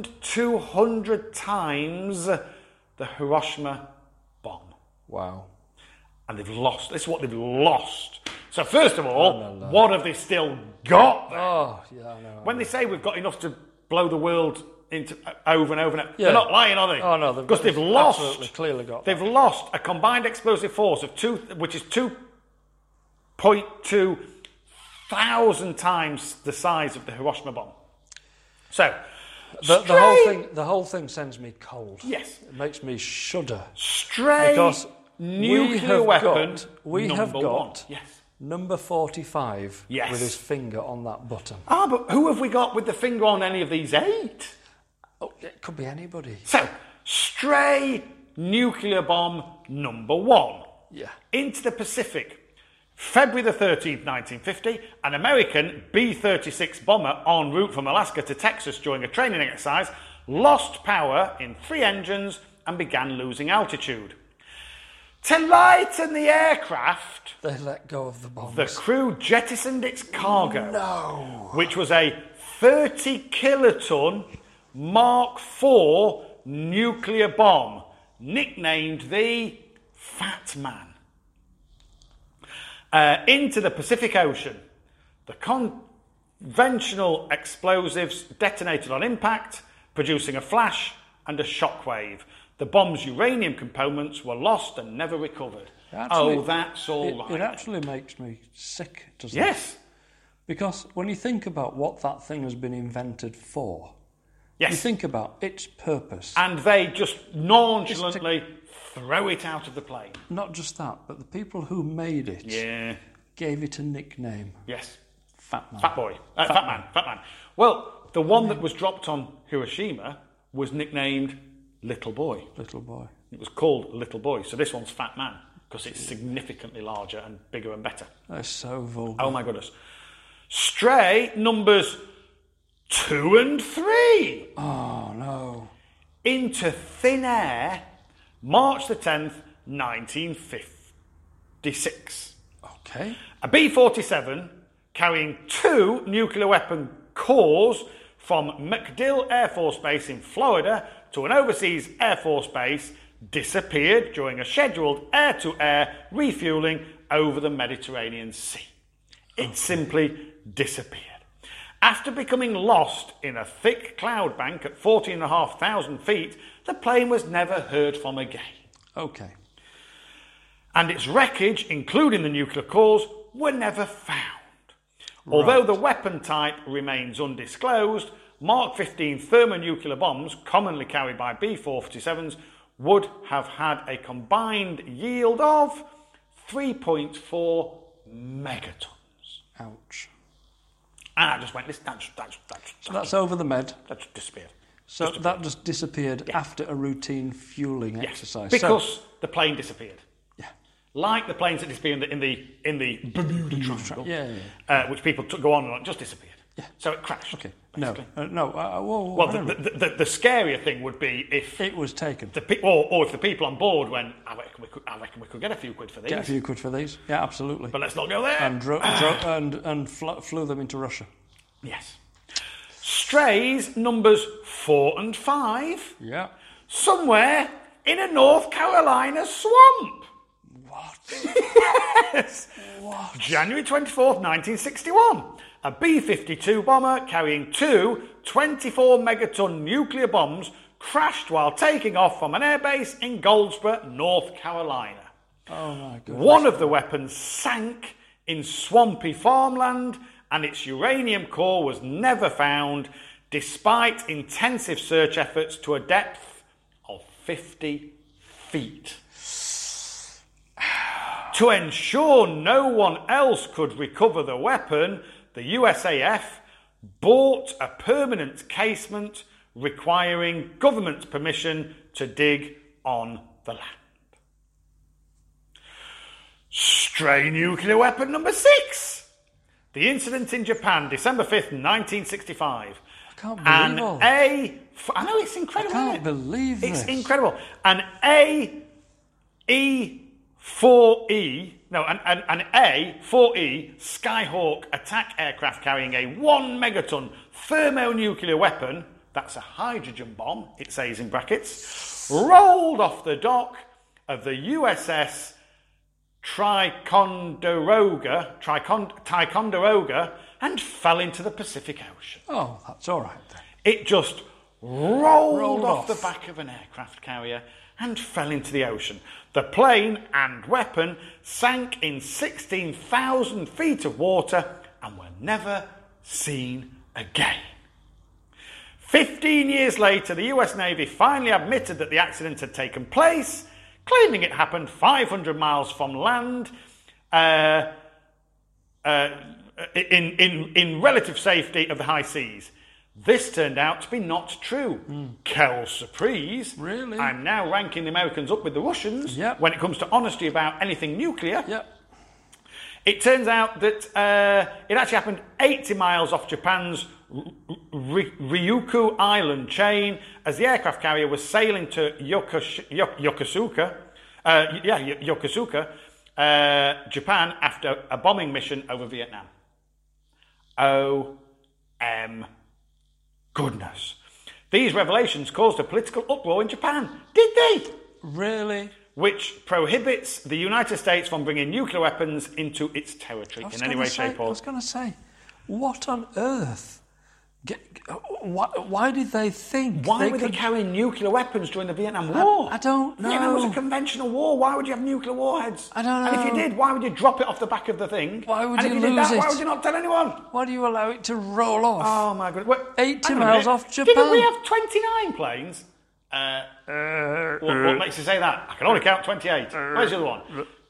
Speaker 3: 2,200 times the Hiroshima bomb.
Speaker 2: wow.
Speaker 3: And they've lost. This is what they've lost. So, first of all, what have they still got then?
Speaker 2: Oh, yeah, I know.
Speaker 3: When they say we've got enough to blow the world into uh, over and over and over,
Speaker 2: Yeah.
Speaker 3: they're not lying, are they?
Speaker 2: Oh, no, they've
Speaker 3: because they've
Speaker 2: absolutely
Speaker 3: lost.
Speaker 2: clearly got
Speaker 3: They've lost a combined explosive force of two, which is two point two thousand times the size of the Hiroshima bomb. So,
Speaker 2: The, the whole
Speaker 3: stray-
Speaker 2: thing, the whole thing sends me cold.
Speaker 3: Yes,
Speaker 2: It makes me shudder.
Speaker 3: stray
Speaker 2: Because
Speaker 3: nuclear
Speaker 2: we have
Speaker 3: weapon.
Speaker 2: got- we
Speaker 3: number
Speaker 2: have got-
Speaker 3: one. Yes.
Speaker 2: Number forty-five
Speaker 3: Yes.
Speaker 2: with his finger on that button.
Speaker 3: Ah, but who have we got with the finger on any of these eight?
Speaker 2: Oh, it could be anybody.
Speaker 3: So, stray nuclear bomb number one.
Speaker 2: Yeah.
Speaker 3: Into the Pacific. February the 13th, 1950, an American B 36 bomber en route from Alaska to Texas during a training exercise lost power in three engines and began losing altitude. To lighten the aircraft,
Speaker 2: They let go of the bombs.
Speaker 3: the crew jettisoned its cargo,
Speaker 2: No.
Speaker 3: which was a 30 kiloton Mark IV nuclear bomb, nicknamed the Fat Man, uh, into the Pacific Ocean. The conventional explosives detonated on impact, producing a flash and a shockwave. The bomb's uranium components were lost and never recovered.
Speaker 2: Actually,
Speaker 3: oh, that's all
Speaker 2: it,
Speaker 3: right.
Speaker 2: It actually makes me sick, doesn't it?
Speaker 3: Yes.
Speaker 2: Because when you think about what that thing has been invented for,
Speaker 3: Yes. Ah.
Speaker 2: You think about its purpose.
Speaker 3: and they just nonchalantly throw it out of the plane.
Speaker 2: Not just that, but the people who made it
Speaker 3: Yeah.
Speaker 2: gave it a nickname.
Speaker 3: Yes.
Speaker 2: Fat man.
Speaker 3: Fat boy. Uh, fat, man. Fat man. Well, the one that was dropped on Hiroshima was nicknamed Little Boy.
Speaker 2: Little boy.
Speaker 3: It was called Little Boy. So this one's Fat Man because it's significantly larger and bigger and better.
Speaker 2: That's so vulgar.
Speaker 3: Oh my goodness. Stray numbers two and three
Speaker 2: Oh, no.
Speaker 3: into thin air, March the 10th, 1956.
Speaker 2: Okay.
Speaker 3: A B 47 carrying two nuclear weapon cores from MacDill Air Force Base in Florida to an overseas Air Force base disappeared during a scheduled air to air refueling over the Mediterranean Sea. It simply disappeared. After becoming lost in a thick cloud bank at 14,500 feet, the plane was never heard from again
Speaker 2: Okay.
Speaker 3: and its wreckage, including the nuclear cores, were never found. Although the weapon type remains undisclosed, Mark 15 thermonuclear bombs, commonly carried by B 457s, would have had a combined yield of 3.4 megatons.
Speaker 2: Ouch.
Speaker 3: And I just went, listen, that's, that's, that's,
Speaker 2: So
Speaker 3: that's,
Speaker 2: that's over the med.
Speaker 3: that's disappeared.
Speaker 2: So that just disappeared after a routine fueling
Speaker 3: Yes,
Speaker 2: exercise. So-
Speaker 3: Because the plane disappeared.
Speaker 2: yeah.
Speaker 3: Like the planes that disappeared in the, in the, in the Bermuda Triangle.
Speaker 2: Yeah, yeah,
Speaker 3: uh, which people took, go on and on, just disappeared. So it crashed.
Speaker 2: Okay. No.
Speaker 3: basically.
Speaker 2: Uh, no. Uh, whoa, whoa,
Speaker 3: Well,
Speaker 2: hang
Speaker 3: the,
Speaker 2: on.
Speaker 3: the, the, the scarier thing would be if
Speaker 2: it was taken.
Speaker 3: the pe- or, or if the people on board went, I reckon we could, I reckon we could get a few quid for these,
Speaker 2: Get a few quid for these. Yeah, absolutely.
Speaker 3: but uh, let's not go there.
Speaker 2: and dro- dro- and, and fl- flew them into Russia.
Speaker 3: yes. Strays numbers four and five
Speaker 2: Yeah.
Speaker 3: somewhere in a North Carolina swamp.
Speaker 2: What?
Speaker 3: Yes. January 24th, 1961. A B 52 bomber carrying two 24 megaton nuclear bombs crashed while taking off from an airbase in Goldsboro, North Carolina.
Speaker 2: Oh my god.
Speaker 3: One of the weapons sank in swampy farmland, and its uranium core was never found despite intensive search efforts to a depth of 50 feet. to ensure no one else could recover the weapon, the USAF bought a permanent casement requiring government permission to dig on the land. Stray nuclear weapon number six. The incident in Japan, December 5th, 1965.
Speaker 2: I can't
Speaker 3: An
Speaker 2: believe all this.
Speaker 3: A. F- I know, it's incredible.
Speaker 2: I can't
Speaker 3: isn't it?
Speaker 2: believe
Speaker 3: It's
Speaker 2: this.
Speaker 3: incredible. An A. E. 4E. No, an, an, an A. 4E Skyhawk attack aircraft carrying a one megaton thermonuclear weapon. That's a hydrogen bomb, it says in brackets. Rolled off the dock of the USS Ticonderoga, Tricond- Ticonderoga, and fell into the Pacific Ocean.
Speaker 2: Oh, that's all right then.
Speaker 3: It just rolled,
Speaker 2: Rolled
Speaker 3: off,
Speaker 2: off.
Speaker 3: the back of an aircraft carrier and fell into the ocean. The plane and weapon sank in 16,000 feet of water and were never seen again. 15 years later, the US Navy finally admitted that the accident had taken place, claiming it happened 500 miles from land uh, uh, in, in, in relative safety of the high seas. This turned out to be not true. Kel surprise.
Speaker 2: Hmm. Really?
Speaker 3: I'm now ranking the Americans up with the Russians
Speaker 2: Yep.
Speaker 3: when it comes to honesty about anything nuclear.
Speaker 2: Yeah.
Speaker 3: It turns out that uh, it actually happened 80 miles off Japan's R- R- Ryukyu Island chain as the aircraft carrier was sailing to Yokosh- Yo- Yokosuka, uh, yeah, Yo- Yokosuka, uh, Japan after a bombing mission over Vietnam. Oh, M. Goodness. These revelations caused a political uproar in Japan, did they?
Speaker 2: Really?
Speaker 3: which prohibits the United States from bringing nuclear weapons into its territory
Speaker 2: I was
Speaker 3: in any
Speaker 2: gonna
Speaker 3: way,
Speaker 2: say,
Speaker 3: shape,
Speaker 2: I
Speaker 3: or
Speaker 2: was going to say, what on earth Get, why, why did they think?
Speaker 3: Why
Speaker 2: they
Speaker 3: were they
Speaker 2: could-
Speaker 3: carrying nuclear weapons during the Vietnam War?
Speaker 2: I don't
Speaker 3: Yeah, that was a
Speaker 2: know.
Speaker 3: conventional war. Why would you have nuclear warheads?
Speaker 2: I don't
Speaker 3: And if you
Speaker 2: know.
Speaker 3: did, why would you drop it off the back of the thing?
Speaker 2: Why would
Speaker 3: and
Speaker 2: you
Speaker 3: if you did that,
Speaker 2: lose
Speaker 3: Why
Speaker 2: it?
Speaker 3: would you not tell anyone?
Speaker 2: Why do you allow it to roll off?
Speaker 3: Oh my god! Wait,
Speaker 2: 80
Speaker 3: hang on a
Speaker 2: miles
Speaker 3: minute.
Speaker 2: off
Speaker 3: Didn't
Speaker 2: Japan.
Speaker 3: we have 29 planes? Uh, what,
Speaker 2: Uh,
Speaker 3: what makes you say that? I can only count 28. Where's the other one?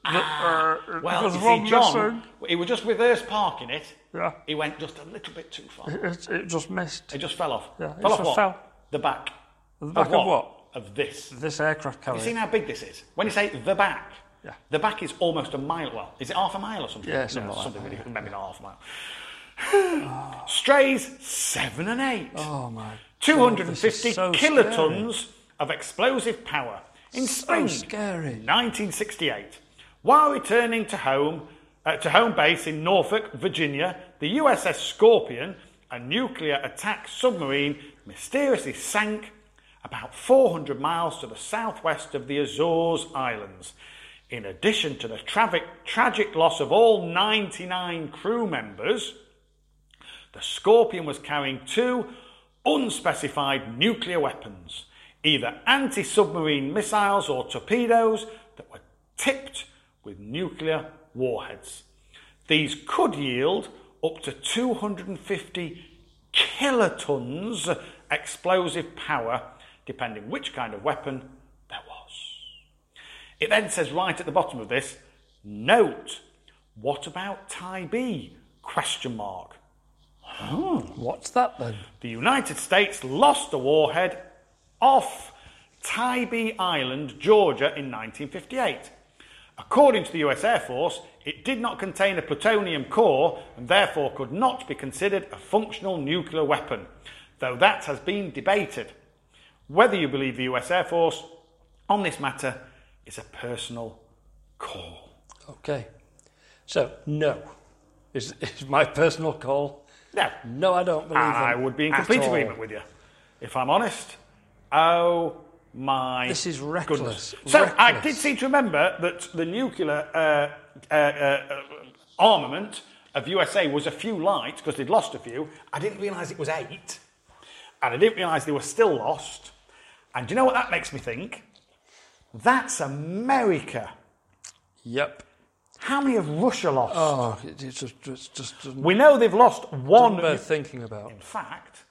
Speaker 3: Ah, well, you
Speaker 2: uh, because
Speaker 3: see,
Speaker 2: uh, one
Speaker 3: John,
Speaker 2: missing.
Speaker 3: he was just reverse parking it.
Speaker 2: Yeah.
Speaker 3: He went just a little bit too far.
Speaker 2: It, it just missed.
Speaker 3: It just fell off.
Speaker 2: Yeah, it
Speaker 3: fell off
Speaker 2: just
Speaker 3: what?
Speaker 2: fell.
Speaker 3: The back.
Speaker 2: The back of what?
Speaker 3: Of this.
Speaker 2: This aircraft carrier.
Speaker 3: You seen how big this is? When you say the back,
Speaker 2: Yeah.
Speaker 3: the back is almost a mile. Well, is it half a mile or something?
Speaker 2: Yeah, something
Speaker 3: No,
Speaker 2: like
Speaker 3: something ridiculous, maybe not half a mile. Strays seven and eight.
Speaker 2: Oh my.
Speaker 3: 250
Speaker 2: God, this is so
Speaker 3: kilotons of explosive power in
Speaker 2: So
Speaker 3: spring
Speaker 2: scary.
Speaker 3: 1968. While returning to home, uh, to home base in Norfolk, Virginia, the USS Scorpion, a nuclear attack submarine, mysteriously sank about 400 miles to the southwest of the Azores Islands. In addition to the tragic, tragic loss of all 99 crew members, the Scorpion was carrying two unspecified nuclear weapons, either anti submarine missiles or torpedoes that were tipped with nuclear warheads. These could yield up to 250 kilotons explosive power, depending which kind of weapon there was. It then says right at the bottom of this, note, what about Type B? Question mark.
Speaker 2: scary. What's that then?
Speaker 3: The United States lost the warhead off Tybee Island, Georgia in 1958. According to the US Air Force, it did not contain a plutonium core and therefore could not be considered a functional nuclear weapon, though that has been debated. Whether you believe the US Air Force on this matter is a personal call.
Speaker 2: Okay. So no, is is my personal call.
Speaker 3: Now,
Speaker 2: No, I don't believe
Speaker 3: And Ah, I
Speaker 2: them
Speaker 3: would be in
Speaker 2: at
Speaker 3: complete
Speaker 2: all.
Speaker 3: agreement with you, if I'm honest. Oh my!
Speaker 2: This is
Speaker 3: goodness.
Speaker 2: reckless,
Speaker 3: So I
Speaker 2: reckless.
Speaker 3: did seem to remember that the nuclear uh, uh, uh, armament of USA was a few light because they'd lost a few. I didn't realise it was eight, and I didn't realise they were still lost. And do you know what that makes me think? That's America.
Speaker 2: Yep.
Speaker 3: How many have Russia lost?
Speaker 2: Oh, it, it just just just doesn't,
Speaker 3: we know they've lost one.
Speaker 2: doesn't bear thinking about.
Speaker 3: In fact,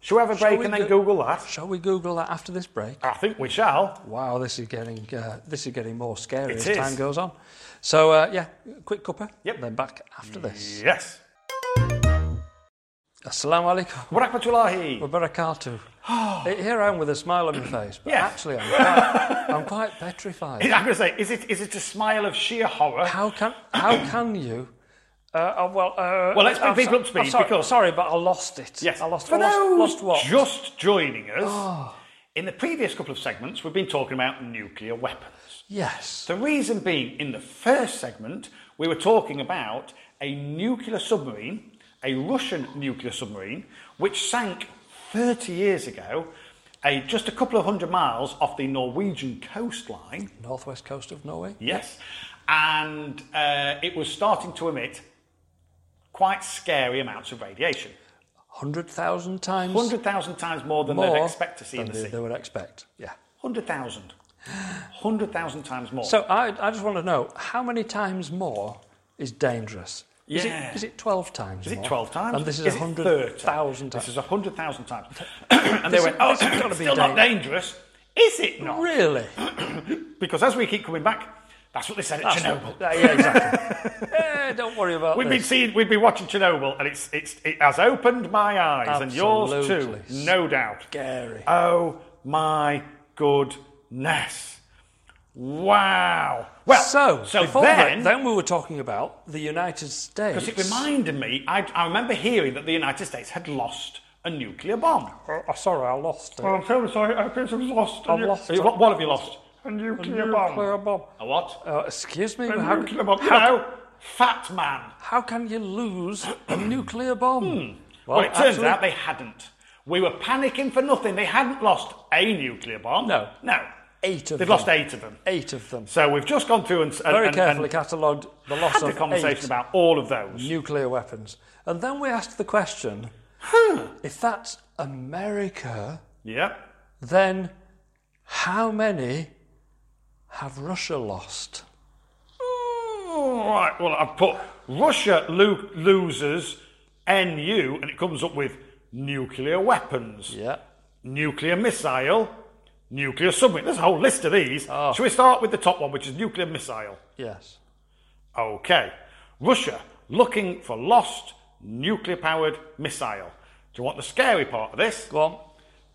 Speaker 3: shall we have a break
Speaker 2: we
Speaker 3: and then
Speaker 2: go-
Speaker 3: Google that?
Speaker 2: Shall we Google that after this break?
Speaker 3: I think we shall.
Speaker 2: Wow, this is getting uh, this is getting more scary
Speaker 3: It
Speaker 2: as
Speaker 3: is.
Speaker 2: time goes on. So uh, yeah, quick cuppa.
Speaker 3: Yep.
Speaker 2: Then back after this.
Speaker 3: Yes.
Speaker 2: Assalamu alaikum
Speaker 3: Warakmatullahi.
Speaker 2: wa barakatuh. Here I am with a smile on my face, but
Speaker 3: Yes.
Speaker 2: actually I'm quite, I'm quite petrified.
Speaker 3: I'm going to say, is it is it a smile of sheer horror?
Speaker 2: How can how can you? Uh, uh, well, uh,
Speaker 3: Well, let's bring
Speaker 2: I'm
Speaker 3: people
Speaker 2: so-
Speaker 3: up to speed
Speaker 2: I'm sorry,
Speaker 3: because-
Speaker 2: sorry, but I lost it.
Speaker 3: Yes.
Speaker 2: I lost.
Speaker 3: For
Speaker 2: I lost,
Speaker 3: those
Speaker 2: lost what? Ah.
Speaker 3: just joining us, in the previous couple of segments, we've been talking about nuclear weapons.
Speaker 2: yes.
Speaker 3: The reason being, in the first segment, we were talking about a nuclear submarine, a Russian nuclear submarine, which sank 30 years ago, a, just a couple of hundred miles off the Norwegian coastline.
Speaker 2: Northwest coast of Norway.
Speaker 3: Yes. And uh, it was starting to emit quite scary amounts of radiation.
Speaker 2: Hundred thousand times
Speaker 3: 100,000 times more than
Speaker 2: more
Speaker 3: they'd expect to see in
Speaker 2: than
Speaker 3: the
Speaker 2: they,
Speaker 3: sea.
Speaker 2: they would expect. Yeah.
Speaker 3: 100,000. 100,000 times more.
Speaker 2: So I, I just want to know how many times more is dangerous. Is
Speaker 3: Yeah.
Speaker 2: it is it twelve times?
Speaker 3: is it
Speaker 2: more?
Speaker 3: 12 times?
Speaker 2: And this is
Speaker 3: Is it
Speaker 2: a hundred
Speaker 3: 30?
Speaker 2: thousand times.
Speaker 3: This is 100,000 times. and they
Speaker 2: This-
Speaker 3: went, oh, it's
Speaker 2: this has
Speaker 3: still
Speaker 2: gotta be
Speaker 3: not dangerous. Is it not?
Speaker 2: really?
Speaker 3: Because as we keep coming back, that's what they said at Chernobyl.
Speaker 2: Yeah, yeah, exactly. Eh, don't worry about
Speaker 3: We've
Speaker 2: this.
Speaker 3: been seeing, we've been watching Chernobyl, and it's, it's, it has opened my eyes, and yours too,
Speaker 2: Absolutely.
Speaker 3: no doubt.
Speaker 2: Scary.
Speaker 3: Oh my goodness! Wow. Well,
Speaker 2: so,
Speaker 3: so
Speaker 2: before
Speaker 3: then,
Speaker 2: that, then we were talking about the United States.
Speaker 3: because it reminded me, I, I remember hearing that the United States had lost a nuclear bomb.
Speaker 2: Oh, oh, sorry, I lost it.
Speaker 3: I'm so sorry. I think I've lost.
Speaker 2: I've nu- lost it.
Speaker 3: What, what have you lost? A
Speaker 2: Nuclear bomb.
Speaker 3: A what?
Speaker 2: Uh, excuse me,
Speaker 3: A
Speaker 2: how,
Speaker 3: nuclear bomb.
Speaker 2: how,
Speaker 3: No, fat man.
Speaker 2: how can you lose a nuclear bomb?
Speaker 3: Hmm. Well, it turns
Speaker 2: Oh, actually-
Speaker 3: out they hadn't. We were panicking for nothing. They hadn't lost a nuclear bomb.
Speaker 2: No.
Speaker 3: No.
Speaker 2: eight of
Speaker 3: They've
Speaker 2: them.
Speaker 3: lost eight of them.
Speaker 2: Eight of them.
Speaker 3: So we've just gone through and, and
Speaker 2: Very
Speaker 3: and-
Speaker 2: carefully
Speaker 3: and
Speaker 2: catalogued the loss
Speaker 3: had
Speaker 2: of
Speaker 3: the conversation
Speaker 2: eight
Speaker 3: about all of those.
Speaker 2: nuclear weapons. And then we asked the question If that's America,
Speaker 3: Yep.
Speaker 2: then how many have Russia lost?
Speaker 3: All right. Well, I've put Russia lo- loses NU, and it comes up with nuclear weapons,
Speaker 2: Yeah.
Speaker 3: nuclear missile, nuclear submarine. There's a whole list of these.
Speaker 2: Oh.
Speaker 3: Shall we start with the top one, which is nuclear missile?
Speaker 2: Yes.
Speaker 3: Okay. Russia looking for lost nuclear powered missile. Do you want the scary part of this?
Speaker 2: Go on.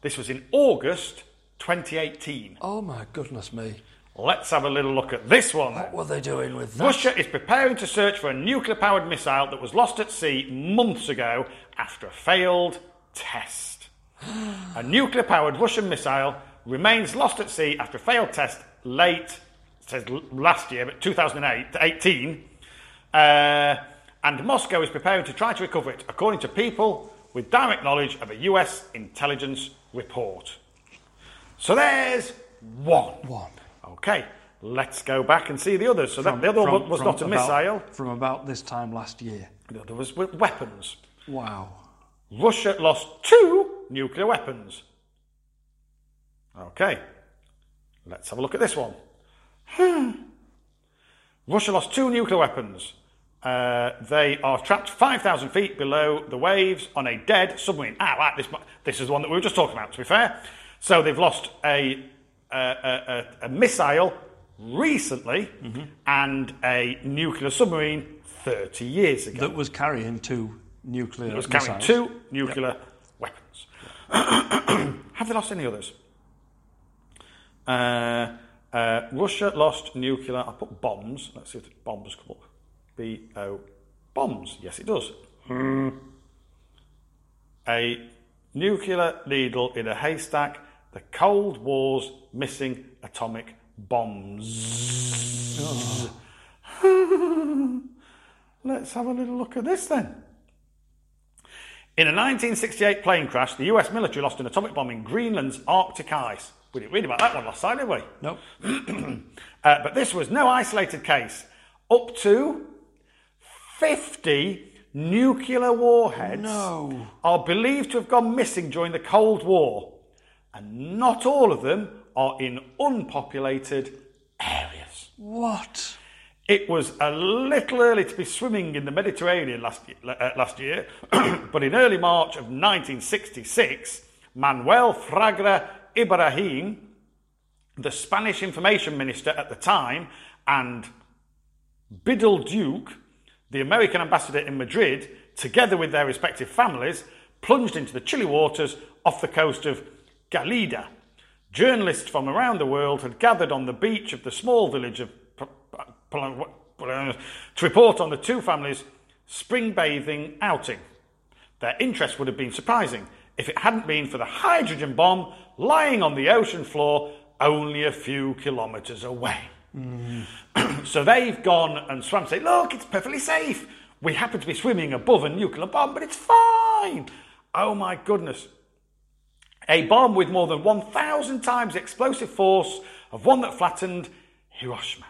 Speaker 3: This was in August 2018.
Speaker 2: Oh my goodness me.
Speaker 3: Let's have a little look at this one.
Speaker 2: What were they doing with that?
Speaker 3: Russia is preparing to search for a nuclear powered missile that was lost at sea months ago after a failed test. a nuclear powered Russian missile remains lost at sea after a failed test late, it says l- last year, but 2008 to 18. Uh, and Moscow is preparing to try to recover it, according to people with direct knowledge of a US intelligence report. So there's one.
Speaker 2: One.
Speaker 3: Okay, let's go back and see the others. So that, the other one was
Speaker 2: from
Speaker 3: not a
Speaker 2: about-
Speaker 3: missile.
Speaker 2: From about this time last year.
Speaker 3: The other was with weapons.
Speaker 2: Wow.
Speaker 3: Russia lost two nuclear weapons. Okay, let's have a look at this one. Hmm. Russia lost two nuclear weapons. Uh, they are trapped 5,000 feet below the waves on a dead submarine. Ah, right, this, mu- this is the one that we were just talking about, to be fair. So they've lost a, a, a, a- a missile recently and a nuclear submarine 30 years ago.
Speaker 2: That was carrying two nuclear
Speaker 3: It was carrying
Speaker 2: missiles.
Speaker 3: two nuclear weapons. Have they lost any others? Uh, uh, Russia lost nuclear. I put bombs. Let's see if bombs come up. B O bombs. Yes, it does. Hmm. A nuclear needle in a haystack. The Cold War's missing atomic bombs. Let's have a little look at this then. In a 1968 plane crash, the US military lost an atomic bomb in Greenland's Arctic ice. We didn't read about that one last time, did we?
Speaker 2: Nope.
Speaker 3: Uh, but this was no isolated case. Up to 50 nuclear warheads
Speaker 2: No.
Speaker 3: are believed to have gone missing during the Cold War, and not all of them are in unpopulated areas.
Speaker 2: What?
Speaker 3: It was a little early to be swimming in the Mediterranean last, ye- uh, last year, but in early March of 1966, Manuel Fraga Ibrahim, the Spanish information minister at the time, and Biddle Duke, the American ambassador in Madrid, together with their respective families, plunged into the chilly waters off the coast of Galida. Journalists from around the world had gathered on the beach of the small village of P- P- P- to report on the two families' spring bathing outing. Their interest would have been surprising if it hadn't been for the hydrogen bomb lying on the ocean floor only a few kilometres away. So they've gone and swam. Say, look, it's perfectly safe. We happen to be swimming above a nuclear bomb, but it's fine. Oh my goodness. A bomb with more than 1,000 times the explosive force of one that flattened Hiroshima.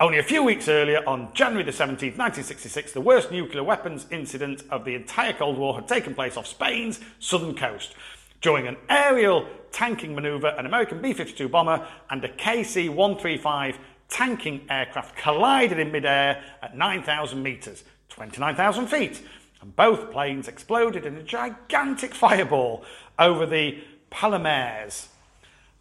Speaker 3: Only a few weeks earlier, on January the 17th, 1966, the worst nuclear weapons incident of the entire Cold War had taken place off Spain's southern coast. During an aerial tanking maneuver, an American B 52 bomber and a KC 135 tanking aircraft collided in midair at 9,000 metres, 29,000 feet, and both planes exploded in a gigantic fireball over the Palomares.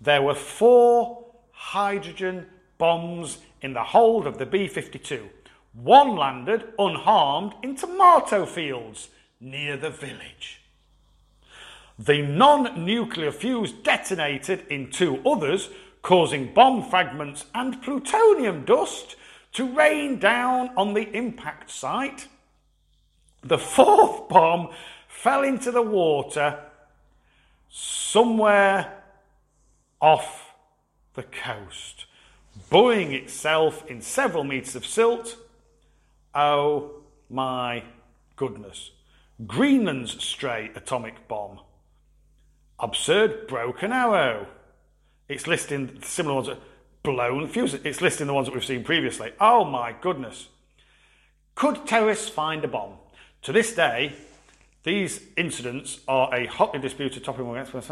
Speaker 3: There were four hydrogen bombs in the hold of the B 52. One landed unharmed in tomato fields near the village. The non nuclear fuse detonated in two others, causing bomb fragments and plutonium dust to rain down on the impact site. The fourth bomb fell into the water somewhere off the coast, buoying itself in several metres of silt. Oh my goodness. Greenland's stray atomic bomb. Absurd broken arrow. It's listing similar ones, that- blown fuse. It's listing the ones that we've seen previously. Oh my goodness. Could terrorists find a bomb? To this day, These incidents are a hotly disputed topic among experts.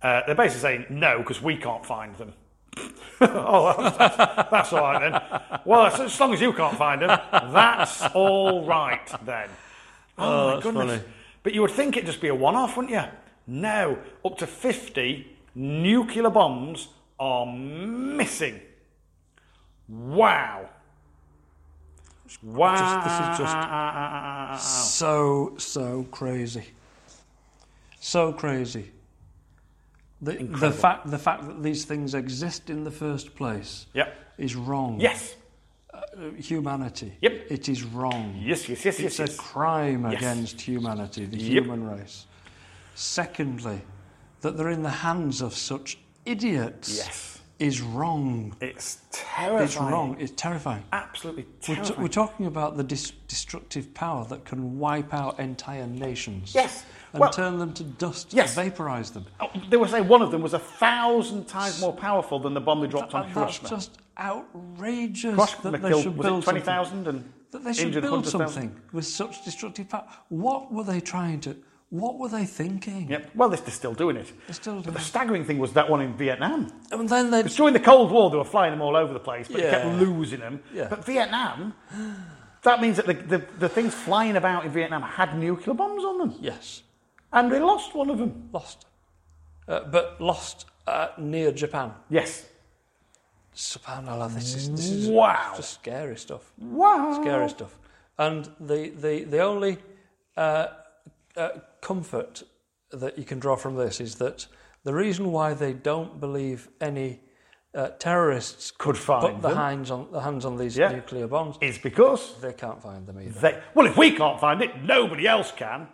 Speaker 3: Uh, they're basically saying no because we can't find them. oh, that's, that's, that's all right then. Well, as, as long as you can't find them, that's all right then.
Speaker 4: Oh,
Speaker 3: my
Speaker 4: that's
Speaker 3: goodness.
Speaker 4: funny.
Speaker 3: But you would think it'd just be a one off, wouldn't you? No, up to 50 nuclear bombs are missing. Wow. Wow.
Speaker 2: this is just-
Speaker 3: Oh.
Speaker 2: so so crazy, so crazy. The, the fact the fact that these things exist in the first place
Speaker 3: Yep.
Speaker 2: is wrong.
Speaker 3: Yes.
Speaker 2: humanity.
Speaker 3: Yep.
Speaker 2: it is wrong.
Speaker 3: Yes, yes, yes,
Speaker 2: It's
Speaker 3: yes.
Speaker 2: a
Speaker 3: yes.
Speaker 2: crime
Speaker 3: Yes.
Speaker 2: against humanity, the
Speaker 3: Yep.
Speaker 2: human race. Secondly, that they're in the hands of such idiots
Speaker 3: Yes.
Speaker 2: is wrong.
Speaker 3: It's
Speaker 2: It's
Speaker 3: terrifying.
Speaker 2: wrong. It's terrifying.
Speaker 3: Absolutely
Speaker 2: We're,
Speaker 3: terrifying.
Speaker 2: we're talking about the dis- destructive power that can wipe out entire nations.
Speaker 3: Yes.
Speaker 2: And
Speaker 3: Well-
Speaker 2: turn them to dust,
Speaker 3: Yes.
Speaker 2: vaporize them.
Speaker 3: Oh, they were saying one of them was a thousand times more powerful than the bomb they dropped on
Speaker 2: And that's
Speaker 3: Hiroshima.
Speaker 2: just outrageous
Speaker 3: Hiroshima
Speaker 2: that they,
Speaker 3: killed-
Speaker 2: should
Speaker 3: was it
Speaker 2: build something.
Speaker 3: 20,000 and
Speaker 2: that they should
Speaker 3: injured
Speaker 2: build
Speaker 3: 100,000?
Speaker 2: something with such destructive power. What were they trying to? What were they thinking?
Speaker 3: Yep. Well, they're, they're still doing it.
Speaker 2: They're still
Speaker 3: But
Speaker 2: doing
Speaker 3: the
Speaker 2: it.
Speaker 3: staggering thing was that one in Vietnam.
Speaker 2: And then they
Speaker 3: Because during the Cold War, they were flying them all over the place, but they kept
Speaker 2: Yeah.
Speaker 3: losing them.
Speaker 2: Yeah.
Speaker 3: But Vietnam, that means that the, the, the things flying about in Vietnam had nuclear bombs on them.
Speaker 2: yes,
Speaker 3: And they lost one of them.
Speaker 2: lost, uh, but lost uh, near Japan.
Speaker 3: Yes.
Speaker 2: Subhanallah, this is this is
Speaker 3: Wow.
Speaker 2: just scary stuff.
Speaker 3: Wow.
Speaker 2: Scary stuff. And the the the only uh, uh, comfort that you can draw from this is that the reason why they don't believe any uh, terrorists
Speaker 3: Could find
Speaker 2: put the
Speaker 3: them.
Speaker 2: hands on the hands on these
Speaker 3: Yeah.
Speaker 2: nuclear bombs.
Speaker 3: Is because
Speaker 2: They can't find them either.
Speaker 3: they. Well, if we can't find it, nobody else can.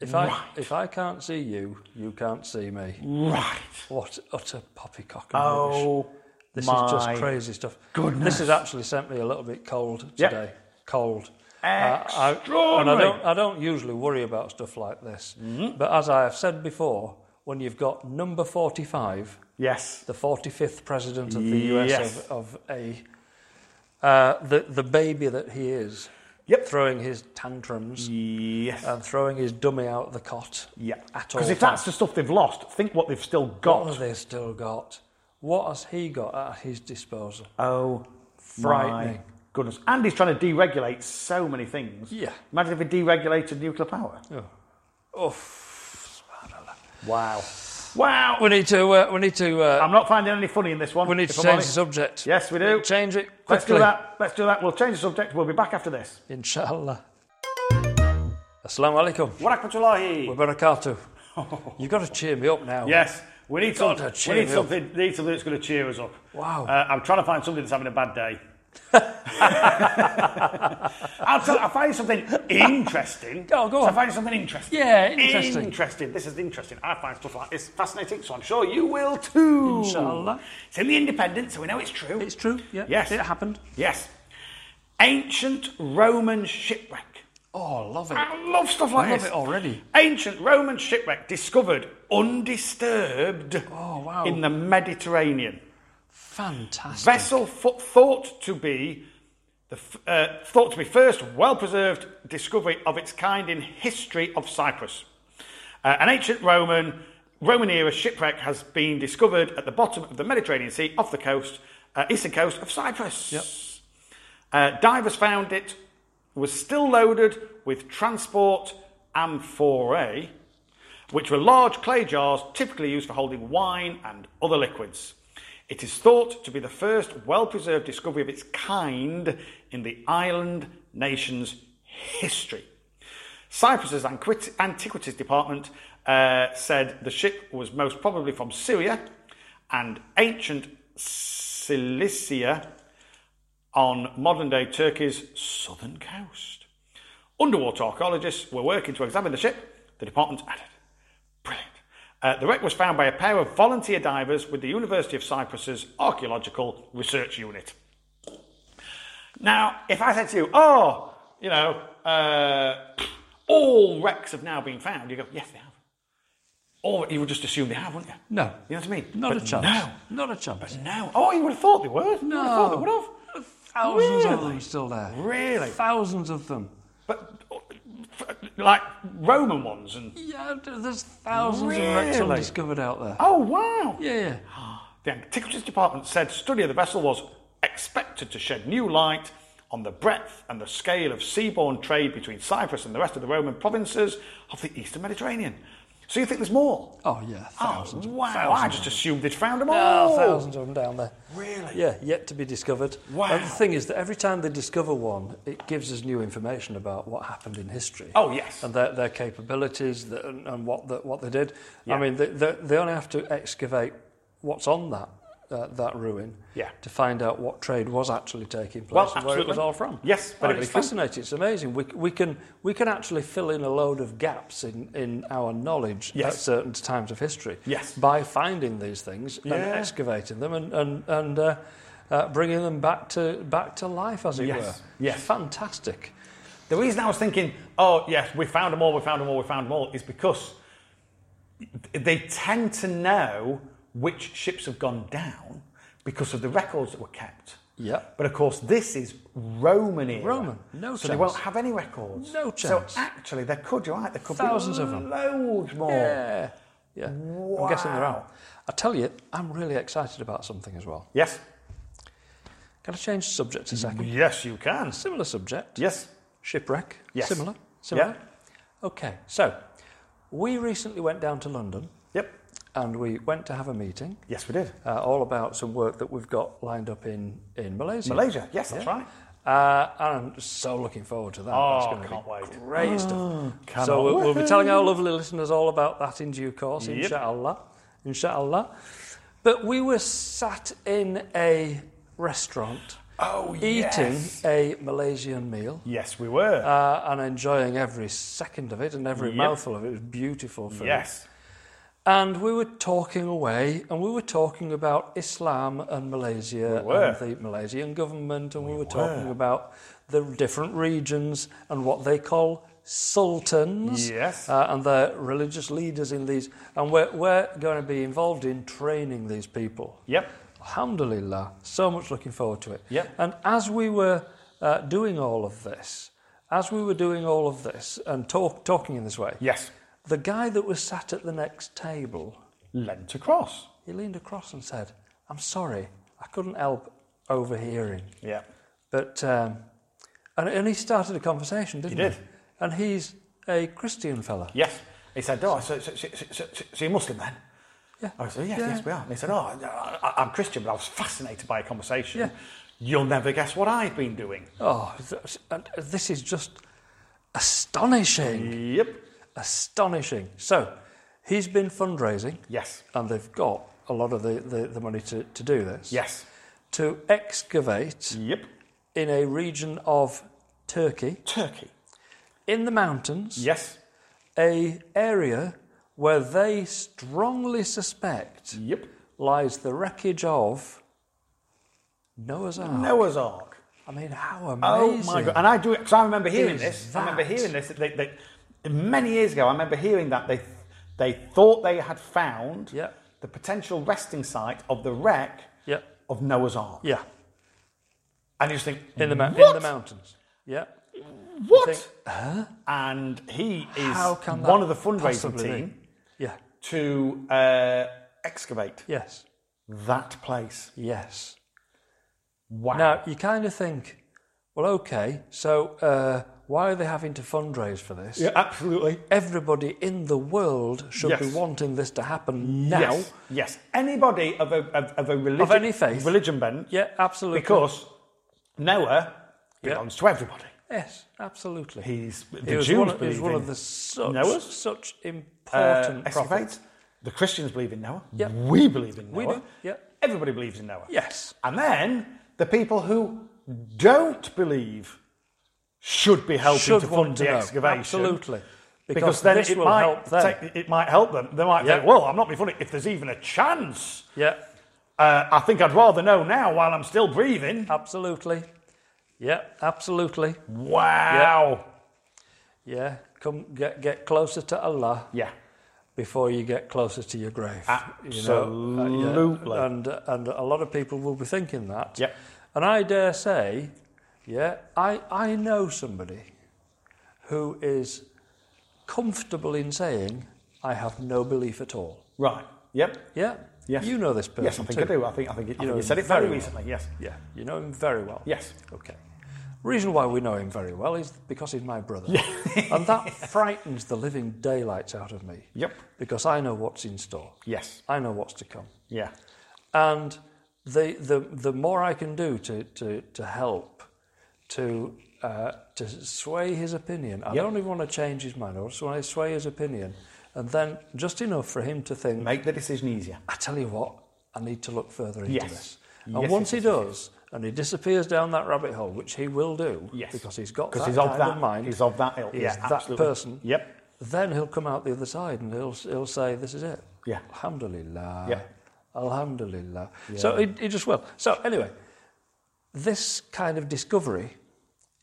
Speaker 2: If I if I can't see you, you can't see me.
Speaker 3: Right.
Speaker 2: What utter poppycock and rubbish!
Speaker 3: Oh,
Speaker 2: This
Speaker 3: my
Speaker 2: is just crazy stuff.
Speaker 3: goodness.
Speaker 2: This has actually sent me a little bit cold
Speaker 3: Yep.
Speaker 2: today. Cold. Uh, I- and I
Speaker 3: Extraordinary.
Speaker 2: don't I don't usually worry about stuff like this, but as I have said before, when you've got number forty five,
Speaker 3: Yes.
Speaker 2: the forty fifth president of the US
Speaker 3: Yes.
Speaker 2: of, of a uh, the the baby that he is,
Speaker 3: Yep.
Speaker 2: throwing his tantrums.
Speaker 3: Yes.
Speaker 2: and throwing his dummy out of the cot.
Speaker 3: yeah.
Speaker 2: At all.
Speaker 3: Because if that's the stuff they've lost, think what they've still
Speaker 2: what have
Speaker 3: got.
Speaker 2: they still got? What has he got at his disposal?
Speaker 3: Oh,
Speaker 2: Frightening.
Speaker 3: My goodness. And he's trying to deregulate so many things.
Speaker 2: Yeah.
Speaker 3: Imagine if he deregulated nuclear power.
Speaker 2: Oh,
Speaker 3: Wow. Wow.
Speaker 2: we need to. Uh, we need to. Uh,
Speaker 3: I'm not finding any funny in this one.
Speaker 2: we need
Speaker 3: if
Speaker 2: to
Speaker 3: I'm
Speaker 2: change the
Speaker 3: honest.
Speaker 2: subject.
Speaker 3: Yes, we do.
Speaker 2: Change it quickly.
Speaker 3: Let's do that. Let's do that. We'll change the subject. We'll be back after this.
Speaker 2: Inshallah. Assalamu alaikum.
Speaker 3: Wa
Speaker 2: Wa
Speaker 3: rahmatullahi.
Speaker 2: barakatuh. You've got to cheer me up now.
Speaker 3: Yes, we need
Speaker 2: God,
Speaker 3: something.
Speaker 2: that cheer
Speaker 3: we need
Speaker 2: me up.
Speaker 3: something. Need something that's going to cheer us up.
Speaker 2: Wow.
Speaker 3: Uh, I'm trying to find somebody that's having a bad day. I'll, tell, I'll find something interesting.
Speaker 2: Go on, go
Speaker 3: So I
Speaker 2: on.
Speaker 3: find something interesting.
Speaker 2: Yeah, interesting.
Speaker 3: Interesting. This is interesting. I find stuff like this fascinating, so I'm sure you will too.
Speaker 2: Inshallah.
Speaker 3: It's in the Independent, so we know it's true.
Speaker 2: It's true. Yeah.
Speaker 3: Yes.
Speaker 2: It happened.
Speaker 3: Yes. Ancient Roman shipwreck.
Speaker 2: Oh, I love it.
Speaker 3: I love stuff like
Speaker 2: I love
Speaker 3: this.
Speaker 2: it already.
Speaker 3: Ancient Roman shipwreck discovered undisturbed
Speaker 2: Oh, wow.
Speaker 3: in the Mediterranean.
Speaker 2: Fantastic.
Speaker 3: Vessel fo- thought to be the f- uh, thought to be first well-preserved discovery of its kind in history of Cyprus. Uh, an ancient Roman Roman era shipwreck has been discovered at the bottom of the Mediterranean Sea off the coast uh, eastern coast of Cyprus.
Speaker 2: Yep.
Speaker 3: Uh, divers found it was still loaded with transport amphorae, which were large clay jars typically used for holding wine and other liquids. It is thought to be the first well preserved discovery of its kind in the island nation's history. Cyprus's antiquit- antiquities department uh, said the ship was most probably from Syria and ancient Cilicia on modern day Turkey's southern coast. Underwater archaeologists were working to examine the ship, the department added. Brilliant. Uh, the wreck was found by a pair of volunteer divers with the University of Cyprus's Archaeological Research Unit. Now, if I said to you, oh, you know, uh, all wrecks have now been found, you go, yes, they have. Or you would just assume they have, wouldn't you?
Speaker 2: No.
Speaker 3: You know what I mean?
Speaker 2: Not
Speaker 3: But
Speaker 2: a chance.
Speaker 3: No.
Speaker 2: Not a chance.
Speaker 3: No. Oh, you would have thought they were. You would have thought they would have.
Speaker 2: Thousands of
Speaker 3: Really?
Speaker 2: them still there.
Speaker 3: Really?
Speaker 2: Thousands of them.
Speaker 3: But f- like Roman ones and
Speaker 2: Yeah, there's thousands of wrecks
Speaker 3: Really?
Speaker 2: undiscovered out there.
Speaker 3: oh wow.
Speaker 2: Yeah, yeah.
Speaker 3: The Antiquities Department said study of the vessel was expected to shed new light on the breadth and the scale of seaborne trade between Cyprus and the rest of the Roman provinces of the eastern Mediterranean. So you think there's more?
Speaker 2: Oh, yeah, thousands.
Speaker 3: Oh, wow. I just assumed they'd found them
Speaker 2: Oh,
Speaker 3: all.
Speaker 2: thousands of them down there.
Speaker 3: Really?
Speaker 2: Yeah, yet to be discovered.
Speaker 3: Wow.
Speaker 2: And the thing is that every time they discover one, it gives us new information about what happened in history.
Speaker 3: Oh, yes.
Speaker 2: And their, their capabilities the, and, and what the, what they did. I mean, they, they, they only have to excavate what's on that uh, that ruin
Speaker 3: Yeah.
Speaker 2: to find out what trade was actually taking place
Speaker 3: Well,
Speaker 2: and where it was
Speaker 3: absolutely.
Speaker 2: all from.
Speaker 3: Yes, but
Speaker 2: and
Speaker 3: it's
Speaker 2: it's
Speaker 3: fun.
Speaker 2: fascinating. It's amazing. We, we can we can actually fill in a load of gaps in, in our knowledge
Speaker 3: Yes.
Speaker 2: at certain times of history
Speaker 3: Yes.
Speaker 2: by finding these things and
Speaker 3: Yeah.
Speaker 2: excavating them and and, and uh, uh, bringing them back to back to life, as it
Speaker 3: Yes,
Speaker 2: were.
Speaker 3: yes.
Speaker 2: fantastic.
Speaker 3: The reason I was thinking, oh, yes, we found them all, we found them all, we found them all, is because they tend to know which ships have gone down because of the records that were kept.
Speaker 2: Yeah.
Speaker 3: But of course, this is Roman era.
Speaker 2: Roman, no
Speaker 3: So they
Speaker 2: chance.
Speaker 3: won't have any records.
Speaker 2: No chance.
Speaker 3: So actually, there could, you're right, there could
Speaker 2: Thousands
Speaker 3: be
Speaker 2: of 'em.
Speaker 3: loads more.
Speaker 2: Yeah, yeah. I'm guessing there
Speaker 3: Wow.
Speaker 2: are. I tell you, I'm really excited about something as well.
Speaker 3: Yes?
Speaker 2: Can I change subject a second?
Speaker 3: Yes, you can.
Speaker 2: Similar subject.
Speaker 3: Yes.
Speaker 2: Shipwreck.
Speaker 3: Yes.
Speaker 2: Similar. Similar.
Speaker 3: Yeah.
Speaker 2: Okay. So, we recently went down to London
Speaker 3: Yep.
Speaker 2: and we went to have a meeting.
Speaker 3: Yes, we did.
Speaker 2: uh, all about some work that we've got lined up in, in Malaysia.
Speaker 3: Malaysia. Yes, that's right.
Speaker 2: Uh, and I'm so looking forward to that. That's
Speaker 3: Oh,
Speaker 2: going to
Speaker 3: can't wait.
Speaker 2: be great stuff.
Speaker 3: on.
Speaker 2: So we'll, we'll be telling our lovely listeners all about that in due course,
Speaker 3: Yep.
Speaker 2: inshallah. Inshallah. But we were sat in a restaurant
Speaker 3: Oh,
Speaker 2: eating
Speaker 3: yes.
Speaker 2: a Malaysian meal.
Speaker 3: Yes, we were.
Speaker 2: Uh, and enjoying every second of it and every
Speaker 3: Yep.
Speaker 2: mouthful of it. It was beautiful food.
Speaker 3: yes.
Speaker 2: And we were talking away, and we were talking about Islam and Malaysia
Speaker 3: We were.
Speaker 2: and the Malaysian government, and we, were, talking about the different regions and what they call sultans
Speaker 3: Yes.
Speaker 2: uh, and their religious leaders in these. And we're, we're going to be involved in training these people.
Speaker 3: Yep.
Speaker 2: Alhamdulillah, so much looking forward to it.
Speaker 3: Yep.
Speaker 2: And as we were uh, doing all of this, as we were doing all of this and talk, talking in this way,
Speaker 3: Yes.
Speaker 2: the guy that was sat at the next table,
Speaker 3: Lent across.
Speaker 2: he leaned across and said, I'm sorry, I couldn't help overhearing.
Speaker 3: Yeah.
Speaker 2: But, um, and, and he started a conversation, didn't he?
Speaker 3: did.
Speaker 2: And he's a Christian fella.
Speaker 3: Yes. He said, oh, so, so, so, so, so, so you're Muslim then?
Speaker 2: Yeah.
Speaker 3: I said, yes,
Speaker 2: Yeah.
Speaker 3: yes, we are. And he said, oh, I, I- I'm Christian, but I was fascinated by a conversation.
Speaker 2: Yeah.
Speaker 3: You'll never guess what I've been doing.
Speaker 2: Oh, th- and this is just astonishing.
Speaker 3: Yep.
Speaker 2: Astonishing. So, he's been fundraising.
Speaker 3: Yes.
Speaker 2: And they've got a lot of the, the, the money to, to do this.
Speaker 3: Yes. Mm.
Speaker 2: To excavate
Speaker 3: Yep.
Speaker 2: in a region of Turkey,
Speaker 3: Turkey.
Speaker 2: in the mountains.
Speaker 3: Yes.
Speaker 2: a area where they strongly suspect
Speaker 3: Yep.
Speaker 2: lies the wreckage of Noah's Ark.
Speaker 3: Noah's Ark.
Speaker 2: I mean, how
Speaker 3: Oh
Speaker 2: amazing!
Speaker 3: my god! And I do because I remember hearing
Speaker 2: is
Speaker 3: this. I remember
Speaker 2: that?
Speaker 3: hearing this. that They, they, many years ago, I remember hearing that they they thought they had found
Speaker 2: Yep.
Speaker 3: the potential resting site of the wreck
Speaker 2: Yeah,
Speaker 3: of Noah's Ark.
Speaker 2: yeah,
Speaker 3: And you just think
Speaker 2: in the, mou- in
Speaker 3: what?
Speaker 2: the mountains. Yeah,
Speaker 3: What?
Speaker 2: think,
Speaker 3: And he is
Speaker 2: How can that
Speaker 3: one of the fundraising
Speaker 2: possibly be?
Speaker 3: team
Speaker 2: yeah,
Speaker 3: to uh, excavate
Speaker 2: yes,
Speaker 3: that place.
Speaker 2: yes.
Speaker 3: Wow.
Speaker 2: Now you kind of think, well, okay, so uh, why are they having to fundraise for this?
Speaker 3: yeah, absolutely.
Speaker 2: Everybody in the world should be
Speaker 3: Yes.
Speaker 2: wanting this to happen now.
Speaker 3: Yes. Yes. Anybody of a of, of a religion
Speaker 2: any faith.
Speaker 3: religion bent
Speaker 2: Yeah, absolutely.
Speaker 3: because Noah
Speaker 2: Yeah.
Speaker 3: belongs to everybody.
Speaker 2: yes, absolutely.
Speaker 3: He's the
Speaker 2: It was,
Speaker 3: Jews
Speaker 2: one of, it
Speaker 3: believe
Speaker 2: was one
Speaker 3: in
Speaker 2: of the such,
Speaker 3: Noah's?
Speaker 2: such
Speaker 3: uh,
Speaker 2: important prophets.
Speaker 3: excavate. The Christians believe in Noah.
Speaker 2: Yep.
Speaker 3: We believe in Noah.
Speaker 2: We do, yep.
Speaker 3: Everybody believes in Noah.
Speaker 2: Yes.
Speaker 3: And then the people who don't believe should be helping
Speaker 2: Should
Speaker 3: to fund
Speaker 2: want to
Speaker 3: the
Speaker 2: know.
Speaker 3: excavation.
Speaker 2: Absolutely. Because,
Speaker 3: Because, then
Speaker 2: this
Speaker 3: it
Speaker 2: will
Speaker 3: might
Speaker 2: help them.
Speaker 3: take- it might help them. They might
Speaker 2: Yeah.
Speaker 3: think, "Well, I'm not being funny. If there's even a chance,
Speaker 2: yeah,
Speaker 3: uh, I think I'd rather know now while I'm still breathing."
Speaker 2: absolutely. Yeah, absolutely.
Speaker 3: Wow.
Speaker 2: Yeah, come get get closer to Allah
Speaker 3: Yeah.
Speaker 2: before you get closer to your grave. You know? Uh,
Speaker 3: Absolutely.
Speaker 2: yeah, and and a lot of people will be thinking that.
Speaker 3: Yep.
Speaker 2: And I dare say, yeah, I I know somebody who is comfortable in saying, I have no belief at all.
Speaker 3: Right. Yep.
Speaker 2: Yeah?
Speaker 3: Yes.
Speaker 2: You know this person.
Speaker 3: Yes, I think
Speaker 2: too.
Speaker 3: I do. I think I think, it, I
Speaker 2: know
Speaker 3: think you
Speaker 2: him
Speaker 3: said it very
Speaker 2: very well.
Speaker 3: recently. Yes.
Speaker 2: Yeah, you know him very well.
Speaker 3: Yes.
Speaker 2: Okay. Reason why we know him very well is because he's my brother. and that frightens the living daylights out of me.
Speaker 3: Yep.
Speaker 2: Because I know what's in store.
Speaker 3: Yes.
Speaker 2: I know what's to come.
Speaker 3: Yeah.
Speaker 2: And the the the more I can do to to, to help to uh, to sway his opinion. I don't even want to change his mind. I just want to sway his opinion, and then just enough for him to think.
Speaker 3: Make the decision easier.
Speaker 2: I tell you what, I need to look further into
Speaker 3: Yes.
Speaker 2: this. And
Speaker 3: Yes,
Speaker 2: once
Speaker 3: yes,
Speaker 2: he does, and he disappears down that rabbit hole, which he will do,
Speaker 3: Yes.
Speaker 2: because he's got
Speaker 3: 'Cause
Speaker 2: that
Speaker 3: he's of
Speaker 2: kind
Speaker 3: that-
Speaker 2: of mind.
Speaker 3: he's of that ilk.
Speaker 2: he's
Speaker 3: Yeah,
Speaker 2: that
Speaker 3: absolutely.
Speaker 2: person.
Speaker 3: Yep.
Speaker 2: Then he'll come out the other side and he'll he'll say, "This is it."
Speaker 3: Yeah.
Speaker 2: Alhamdulillah.
Speaker 3: Yeah.
Speaker 2: Alhamdulillah. So he, he just will. So anyway, this kind of discovery,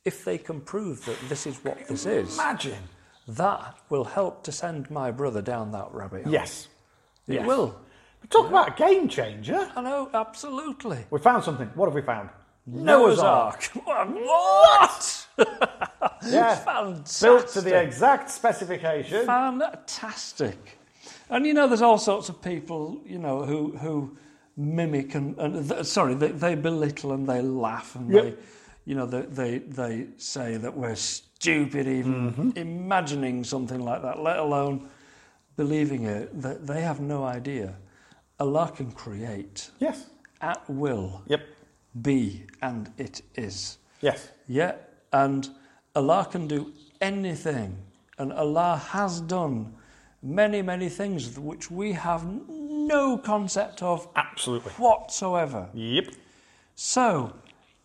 Speaker 2: if they can prove that this is what this is,
Speaker 3: Imagine.
Speaker 2: that will help to send my brother down that rabbit hole.
Speaker 3: Yes.
Speaker 2: it
Speaker 3: yes.
Speaker 2: will.
Speaker 3: Talk about a game changer.
Speaker 2: I know absolutely.
Speaker 3: We found something. What have we found?
Speaker 2: Noah's Ark. what?
Speaker 3: Yeah.
Speaker 2: Fantastic.
Speaker 3: Built to the exact specification.
Speaker 2: Fantastic. And you know, there's all sorts of people, you know, who who mimic and, and th- sorry, they, they belittle and they laugh and
Speaker 3: Yep.
Speaker 2: they, you know, they, they they say that we're stupid even
Speaker 3: Mm-hmm.
Speaker 2: imagining something like that, let alone believing it. That they have no idea. Allah can create
Speaker 3: Yes.
Speaker 2: at will.
Speaker 3: Yep.
Speaker 2: Be and it is.
Speaker 3: Yes.
Speaker 2: Yeah, and Allah can do anything, and Allah has done many, many things which we have no concept of
Speaker 3: Absolutely.
Speaker 2: whatsoever.
Speaker 3: Yep.
Speaker 2: So,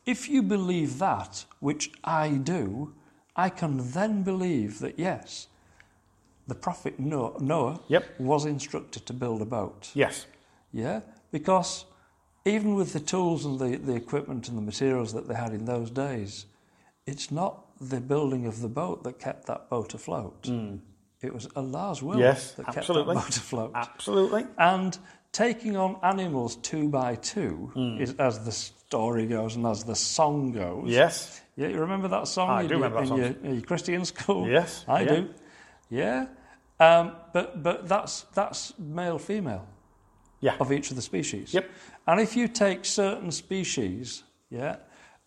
Speaker 2: if you believe that, which I do, I can then believe that yes, the Prophet No- Noah
Speaker 3: Yep.
Speaker 2: was instructed to build a boat.
Speaker 3: Yes.
Speaker 2: Yeah, because even with the tools and the, the equipment and the materials that they had in those days, it's not the building of the boat that kept that boat afloat. It was Allah's will
Speaker 3: Hmm. Yes.
Speaker 2: that
Speaker 3: Absolutely.
Speaker 2: kept that boat afloat.
Speaker 3: Absolutely.
Speaker 2: And taking on animals two by two,
Speaker 3: Hmm.
Speaker 2: is, as the story goes and as the song goes.
Speaker 3: Yes. Ah,
Speaker 2: Yeah, you remember that song?
Speaker 3: I
Speaker 2: you
Speaker 3: do remember that
Speaker 2: in
Speaker 3: song.
Speaker 2: Your, in your Christian school.
Speaker 3: Yes,
Speaker 2: I
Speaker 3: yeah.
Speaker 2: do. Yeah, um, but but that's that's male female
Speaker 3: Yeah.
Speaker 2: of each of the species.
Speaker 3: Yep.
Speaker 2: And if you take certain species, yeah,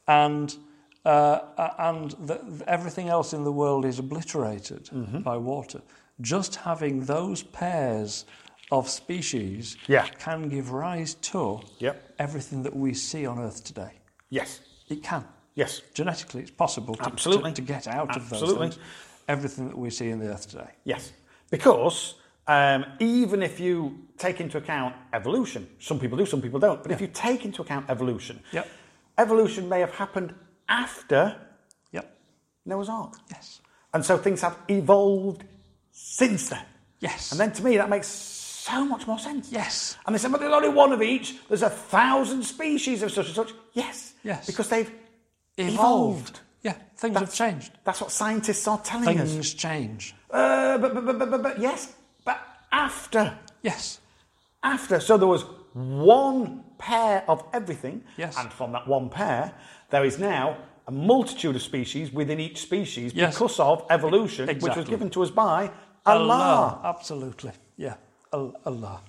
Speaker 2: and uh, uh, and the, everything else in the world is obliterated
Speaker 3: Mm-hmm.
Speaker 2: by water, just having those pairs of species
Speaker 3: Yeah.
Speaker 2: can give rise to
Speaker 3: Yep.
Speaker 2: everything that we see on Earth today.
Speaker 3: Yes.
Speaker 2: It can.
Speaker 3: Yes.
Speaker 2: Genetically, it's possible to,
Speaker 3: Absolutely.
Speaker 2: to, to get out of
Speaker 3: Absolutely.
Speaker 2: those things everything that we see in the Earth today.
Speaker 3: Yes, because um, even if you take into account evolution, some people do, some people don't, but if you take into account evolution,
Speaker 2: Yep.
Speaker 3: evolution may have happened after
Speaker 2: Yep.
Speaker 3: Noah's Ark.
Speaker 2: Yes.
Speaker 3: And so things have evolved since then.
Speaker 2: Yes.
Speaker 3: And then to me, that makes so much more sense.
Speaker 2: Yes.
Speaker 3: And they said, but there's only one of each. There's a thousand species of such and such. Yes.
Speaker 2: Yes.
Speaker 3: Because they've evolved.
Speaker 2: Yeah, things have changed.
Speaker 3: That's what scientists are telling us.
Speaker 2: Things change.
Speaker 3: Uh, but, but, but, but, but, but, yes, but after.
Speaker 2: Yes.
Speaker 3: after. So there was one pair of everything,
Speaker 2: Yes.
Speaker 3: and from that one pair, there is now a multitude of species within each species
Speaker 2: Yes.
Speaker 3: because of evolution, which
Speaker 2: Exactly.
Speaker 3: was given to us by Allah.
Speaker 2: Absolutely. Yeah. Al- Allah.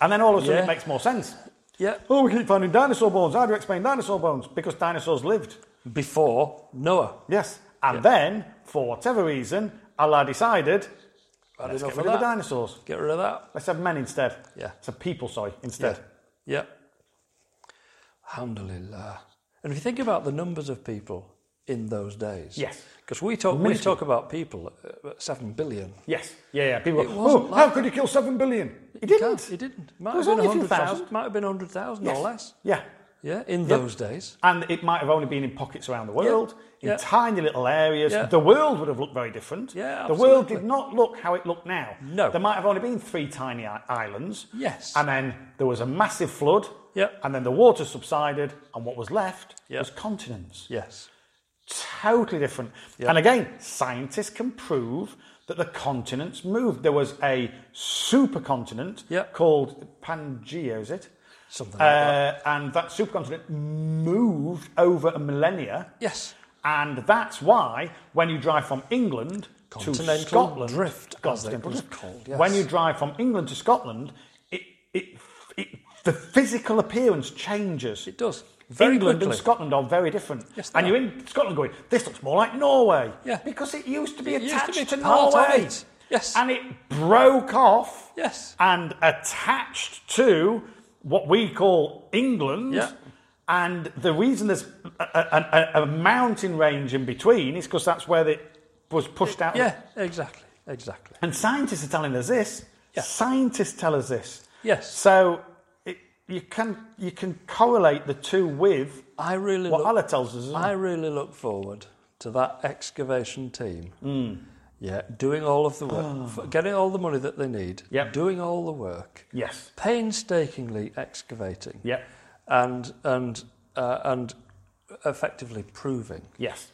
Speaker 3: And then all of a sudden
Speaker 2: Yeah.
Speaker 3: it makes more sense.
Speaker 2: Yeah.
Speaker 3: Oh, we keep finding dinosaur bones. How do you explain dinosaur bones? Because dinosaurs lived.
Speaker 2: Before Noah.
Speaker 3: Yes. And then, for whatever reason, Allah decided,
Speaker 2: Had
Speaker 3: let's
Speaker 2: enough of
Speaker 3: get rid of the
Speaker 2: that.
Speaker 3: dinosaurs.
Speaker 2: Get rid of that.
Speaker 3: Let's have men instead.
Speaker 2: Yeah.
Speaker 3: So people, sorry, instead.
Speaker 2: Yeah. Alhamdulillah. And if you think about the numbers of people in those days.
Speaker 3: Yes.
Speaker 2: Because we talk, we
Speaker 3: Minuscule.
Speaker 2: talk about people, uh, 7 billion.
Speaker 3: Yes. Yeah, yeah. People go,
Speaker 2: wasn't
Speaker 3: oh,
Speaker 2: like
Speaker 3: how could he kill seven billion? He didn't.
Speaker 2: It didn't. Might
Speaker 3: There was
Speaker 2: have been
Speaker 3: only a
Speaker 2: 100,000.
Speaker 3: few thousand.
Speaker 2: Might have been 100,000 or less.
Speaker 3: Yeah.
Speaker 2: Yeah, in those days.
Speaker 3: And it might have only been in pockets around the world, in
Speaker 2: Yeah.
Speaker 3: tiny little areas.
Speaker 2: Yeah.
Speaker 3: The world would have looked very different.
Speaker 2: Yeah,
Speaker 3: the world
Speaker 2: absolutely.
Speaker 3: did not look how it looked now.
Speaker 2: No.
Speaker 3: There might have only been three tiny i- islands.
Speaker 2: Yes.
Speaker 3: And then there was a massive flood.
Speaker 2: Yeah.
Speaker 3: And then the water subsided, and what was left
Speaker 2: Yeah.
Speaker 3: was continents.
Speaker 2: Yes.
Speaker 3: Totally different. And again, scientists can prove that the continents moved. There was a supercontinent
Speaker 2: Yeah.
Speaker 3: called Pangea, is it?
Speaker 2: Something like that.
Speaker 3: Uh, and that supercontinent moved over a millennia.
Speaker 2: Yes.
Speaker 3: And that's why when you drive from England to
Speaker 2: Continental
Speaker 3: Scotland,
Speaker 2: drift, as
Speaker 3: continental
Speaker 2: it was
Speaker 3: drift,
Speaker 2: called, yes.
Speaker 3: when you drive from England to Scotland, it, it, it, the physical appearance changes.
Speaker 2: It does. Very
Speaker 3: England
Speaker 2: quickly.
Speaker 3: and Scotland are very different.
Speaker 2: Yes, they
Speaker 3: and
Speaker 2: are.
Speaker 3: you're in Scotland going, this looks more like Norway.
Speaker 2: Yeah.
Speaker 3: Because it used to be
Speaker 2: It used to
Speaker 3: attached
Speaker 2: be
Speaker 3: to,
Speaker 2: part of
Speaker 3: Norway.
Speaker 2: it. Yes.
Speaker 3: And it broke off
Speaker 2: Yes.
Speaker 3: and attached to what we call England.
Speaker 2: Yeah.
Speaker 3: And the reason there's a, a, a, a mountain range in between is because that's where it was pushed out.
Speaker 2: Yeah, exactly, exactly.
Speaker 3: And scientists are telling us this.
Speaker 2: Yeah.
Speaker 3: Scientists tell us this.
Speaker 2: Yes.
Speaker 3: So it, you can you can correlate the two with
Speaker 2: I really
Speaker 3: what
Speaker 2: look,
Speaker 3: Allah tells us. isn't
Speaker 2: I
Speaker 3: it?
Speaker 2: really look forward to that excavation team.
Speaker 3: Mm.
Speaker 2: Yeah, doing all of the work, f- getting all the money that they need,
Speaker 3: Yep.
Speaker 2: doing all the work,
Speaker 3: Yes.
Speaker 2: painstakingly excavating,
Speaker 3: Yeah.
Speaker 2: and and uh, and effectively proving
Speaker 3: Yes.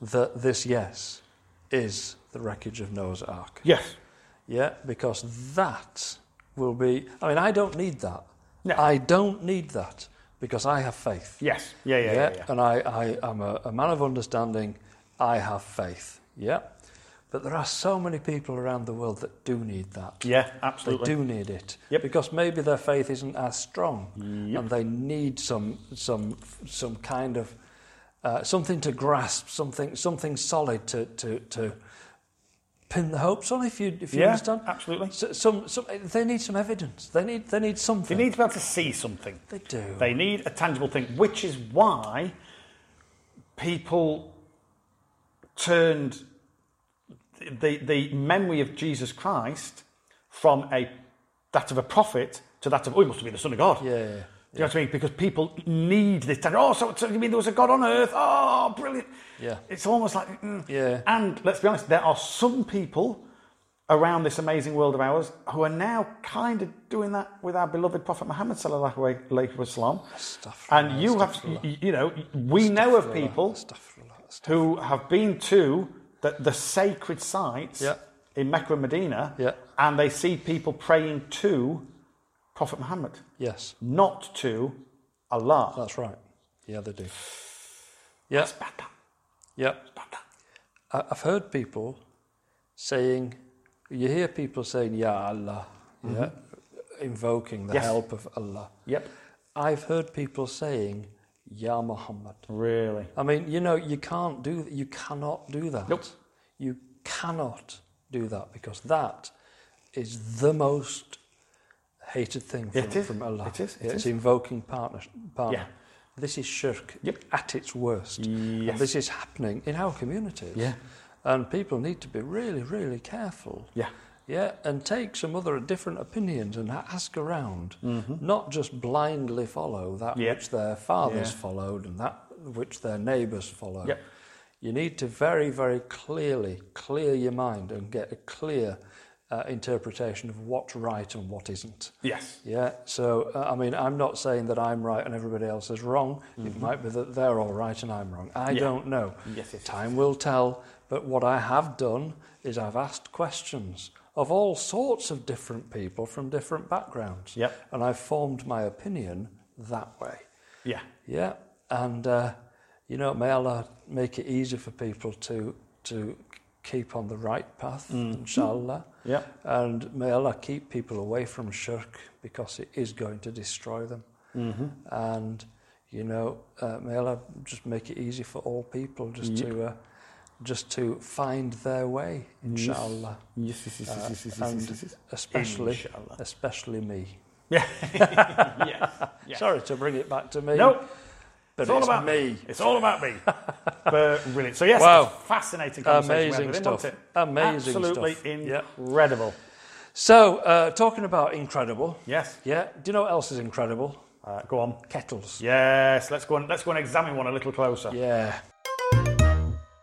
Speaker 2: that this yes is the wreckage of Noah's Ark.
Speaker 3: Yes.
Speaker 2: Yeah, because that will be. I mean, I don't need that.
Speaker 3: No.
Speaker 2: I don't need that because I have faith.
Speaker 3: Yes. Yeah. Yeah. Yeah.
Speaker 2: yeah,
Speaker 3: yeah, yeah.
Speaker 2: and I, I am a, a man of understanding. I have faith. Yeah, but there are so many people around the world that do need that.
Speaker 3: Yeah,
Speaker 2: They
Speaker 3: absolutely.
Speaker 2: do need it
Speaker 3: Yep.
Speaker 2: because maybe their faith isn't as strong, and they need some some some kind of uh, something to grasp, something something solid to to to pin the hopes on. If you if you
Speaker 3: Yeah,
Speaker 2: understand,
Speaker 3: absolutely.
Speaker 2: So, some some they need some evidence. They need they need
Speaker 3: They
Speaker 2: something.
Speaker 3: need to be able to see something.
Speaker 2: They do.
Speaker 3: They need a tangible thing, which is why people turned the, the memory of Jesus Christ from a that of a prophet to that of, oh, he must be the Son of God.
Speaker 2: Yeah, yeah, yeah.
Speaker 3: Do you know what I mean? Because people need this. tangible- Oh, so, so you mean there was a God on earth? Oh, brilliant.
Speaker 2: Yeah.
Speaker 3: It's almost like, mm.
Speaker 2: Yeah.
Speaker 3: And let's be honest, there are some people around this amazing world of ours who are now kind of doing that with our beloved Prophet Muhammad sallallahu alaihi wasallam. And you have, you, you know, we know of people who have been to the, the sacred sites
Speaker 2: Yeah.
Speaker 3: in Mecca and Medina,
Speaker 2: Yeah.
Speaker 3: and they see people praying to Prophet Muhammad,
Speaker 2: yes.
Speaker 3: not to Allah.
Speaker 2: That's right. Yeah, they do.
Speaker 3: That's bad. that.
Speaker 2: Yeah.
Speaker 3: Bad, that.
Speaker 2: I- I've heard people saying, you hear people saying, Ya Allah, yeah, invoking the
Speaker 3: Mm-hmm. Yes.
Speaker 2: help of Allah.
Speaker 3: Yep.
Speaker 2: I've heard people saying, Ya Muhammad.
Speaker 3: Really.
Speaker 2: I mean, you know, you can't do You cannot do that.
Speaker 3: Nope.
Speaker 2: You cannot do that because that is the most hated thing from,
Speaker 3: It is.
Speaker 2: from Allah.
Speaker 3: It is. It
Speaker 2: it's
Speaker 3: is.
Speaker 2: invoking partner. partner.
Speaker 3: Yeah.
Speaker 2: This is shirk
Speaker 3: Yep.
Speaker 2: at its worst. And
Speaker 3: Yes.
Speaker 2: this is happening in our communities.
Speaker 3: Yeah.
Speaker 2: And people need to be really, really careful.
Speaker 3: Yeah.
Speaker 2: Yeah, and take some other different opinions and ha- ask around, not just blindly follow that
Speaker 3: Mm-hmm. Yeah.
Speaker 2: which their fathers
Speaker 3: Yeah.
Speaker 2: followed and that which their neighbours followed.
Speaker 3: Yep.
Speaker 2: You need to very, very clearly clear your mind and get a clear uh, interpretation of what's right and what isn't.
Speaker 3: Yes.
Speaker 2: Yeah, so uh, I mean, I'm not saying that I'm right and everybody else is wrong. It might be that they're all right and I'm wrong. I don't know.
Speaker 3: Mm-hmm. Yes, yes,
Speaker 2: Time will tell. But what I have done is I've asked questions of all sorts of different people from different backgrounds.
Speaker 3: Yep.
Speaker 2: And I've formed my opinion that way.
Speaker 3: Yeah.
Speaker 2: Yeah, and uh, you know, may Allah make it easy for people to to keep on the right path, inshallah.
Speaker 3: Mm-hmm. Yeah.
Speaker 2: and may Allah keep people away from shirk because it is going to destroy them.
Speaker 3: Mm-hmm.
Speaker 2: And you know, uh, may Allah just make it easy for all people just to uh, just to find their way, inshallah.
Speaker 3: Yes, yes, yes, yes, yes, yes, yes,
Speaker 2: And
Speaker 3: yes, yes.
Speaker 2: especially,
Speaker 3: Inshallah.
Speaker 2: especially me.
Speaker 3: Yeah. yes. yes.
Speaker 2: Sorry to bring it back to me.
Speaker 3: Nope.
Speaker 2: but
Speaker 3: It's all about me. It's all about me. Brilliant. So yes,
Speaker 2: Wow.
Speaker 3: it was a fascinating conversation.
Speaker 2: Amazing
Speaker 3: we had with him,
Speaker 2: stuff.
Speaker 3: wasn't it?
Speaker 2: Amazing
Speaker 3: Absolutely
Speaker 2: stuff. Yeah.
Speaker 3: incredible.
Speaker 2: So, uh, talking about incredible.
Speaker 3: Yes.
Speaker 2: Yeah. Do you know what else is incredible?
Speaker 3: Uh, go on.
Speaker 2: Kettles.
Speaker 3: Yes. Let's go and let's go and examine one a little closer.
Speaker 2: Yeah.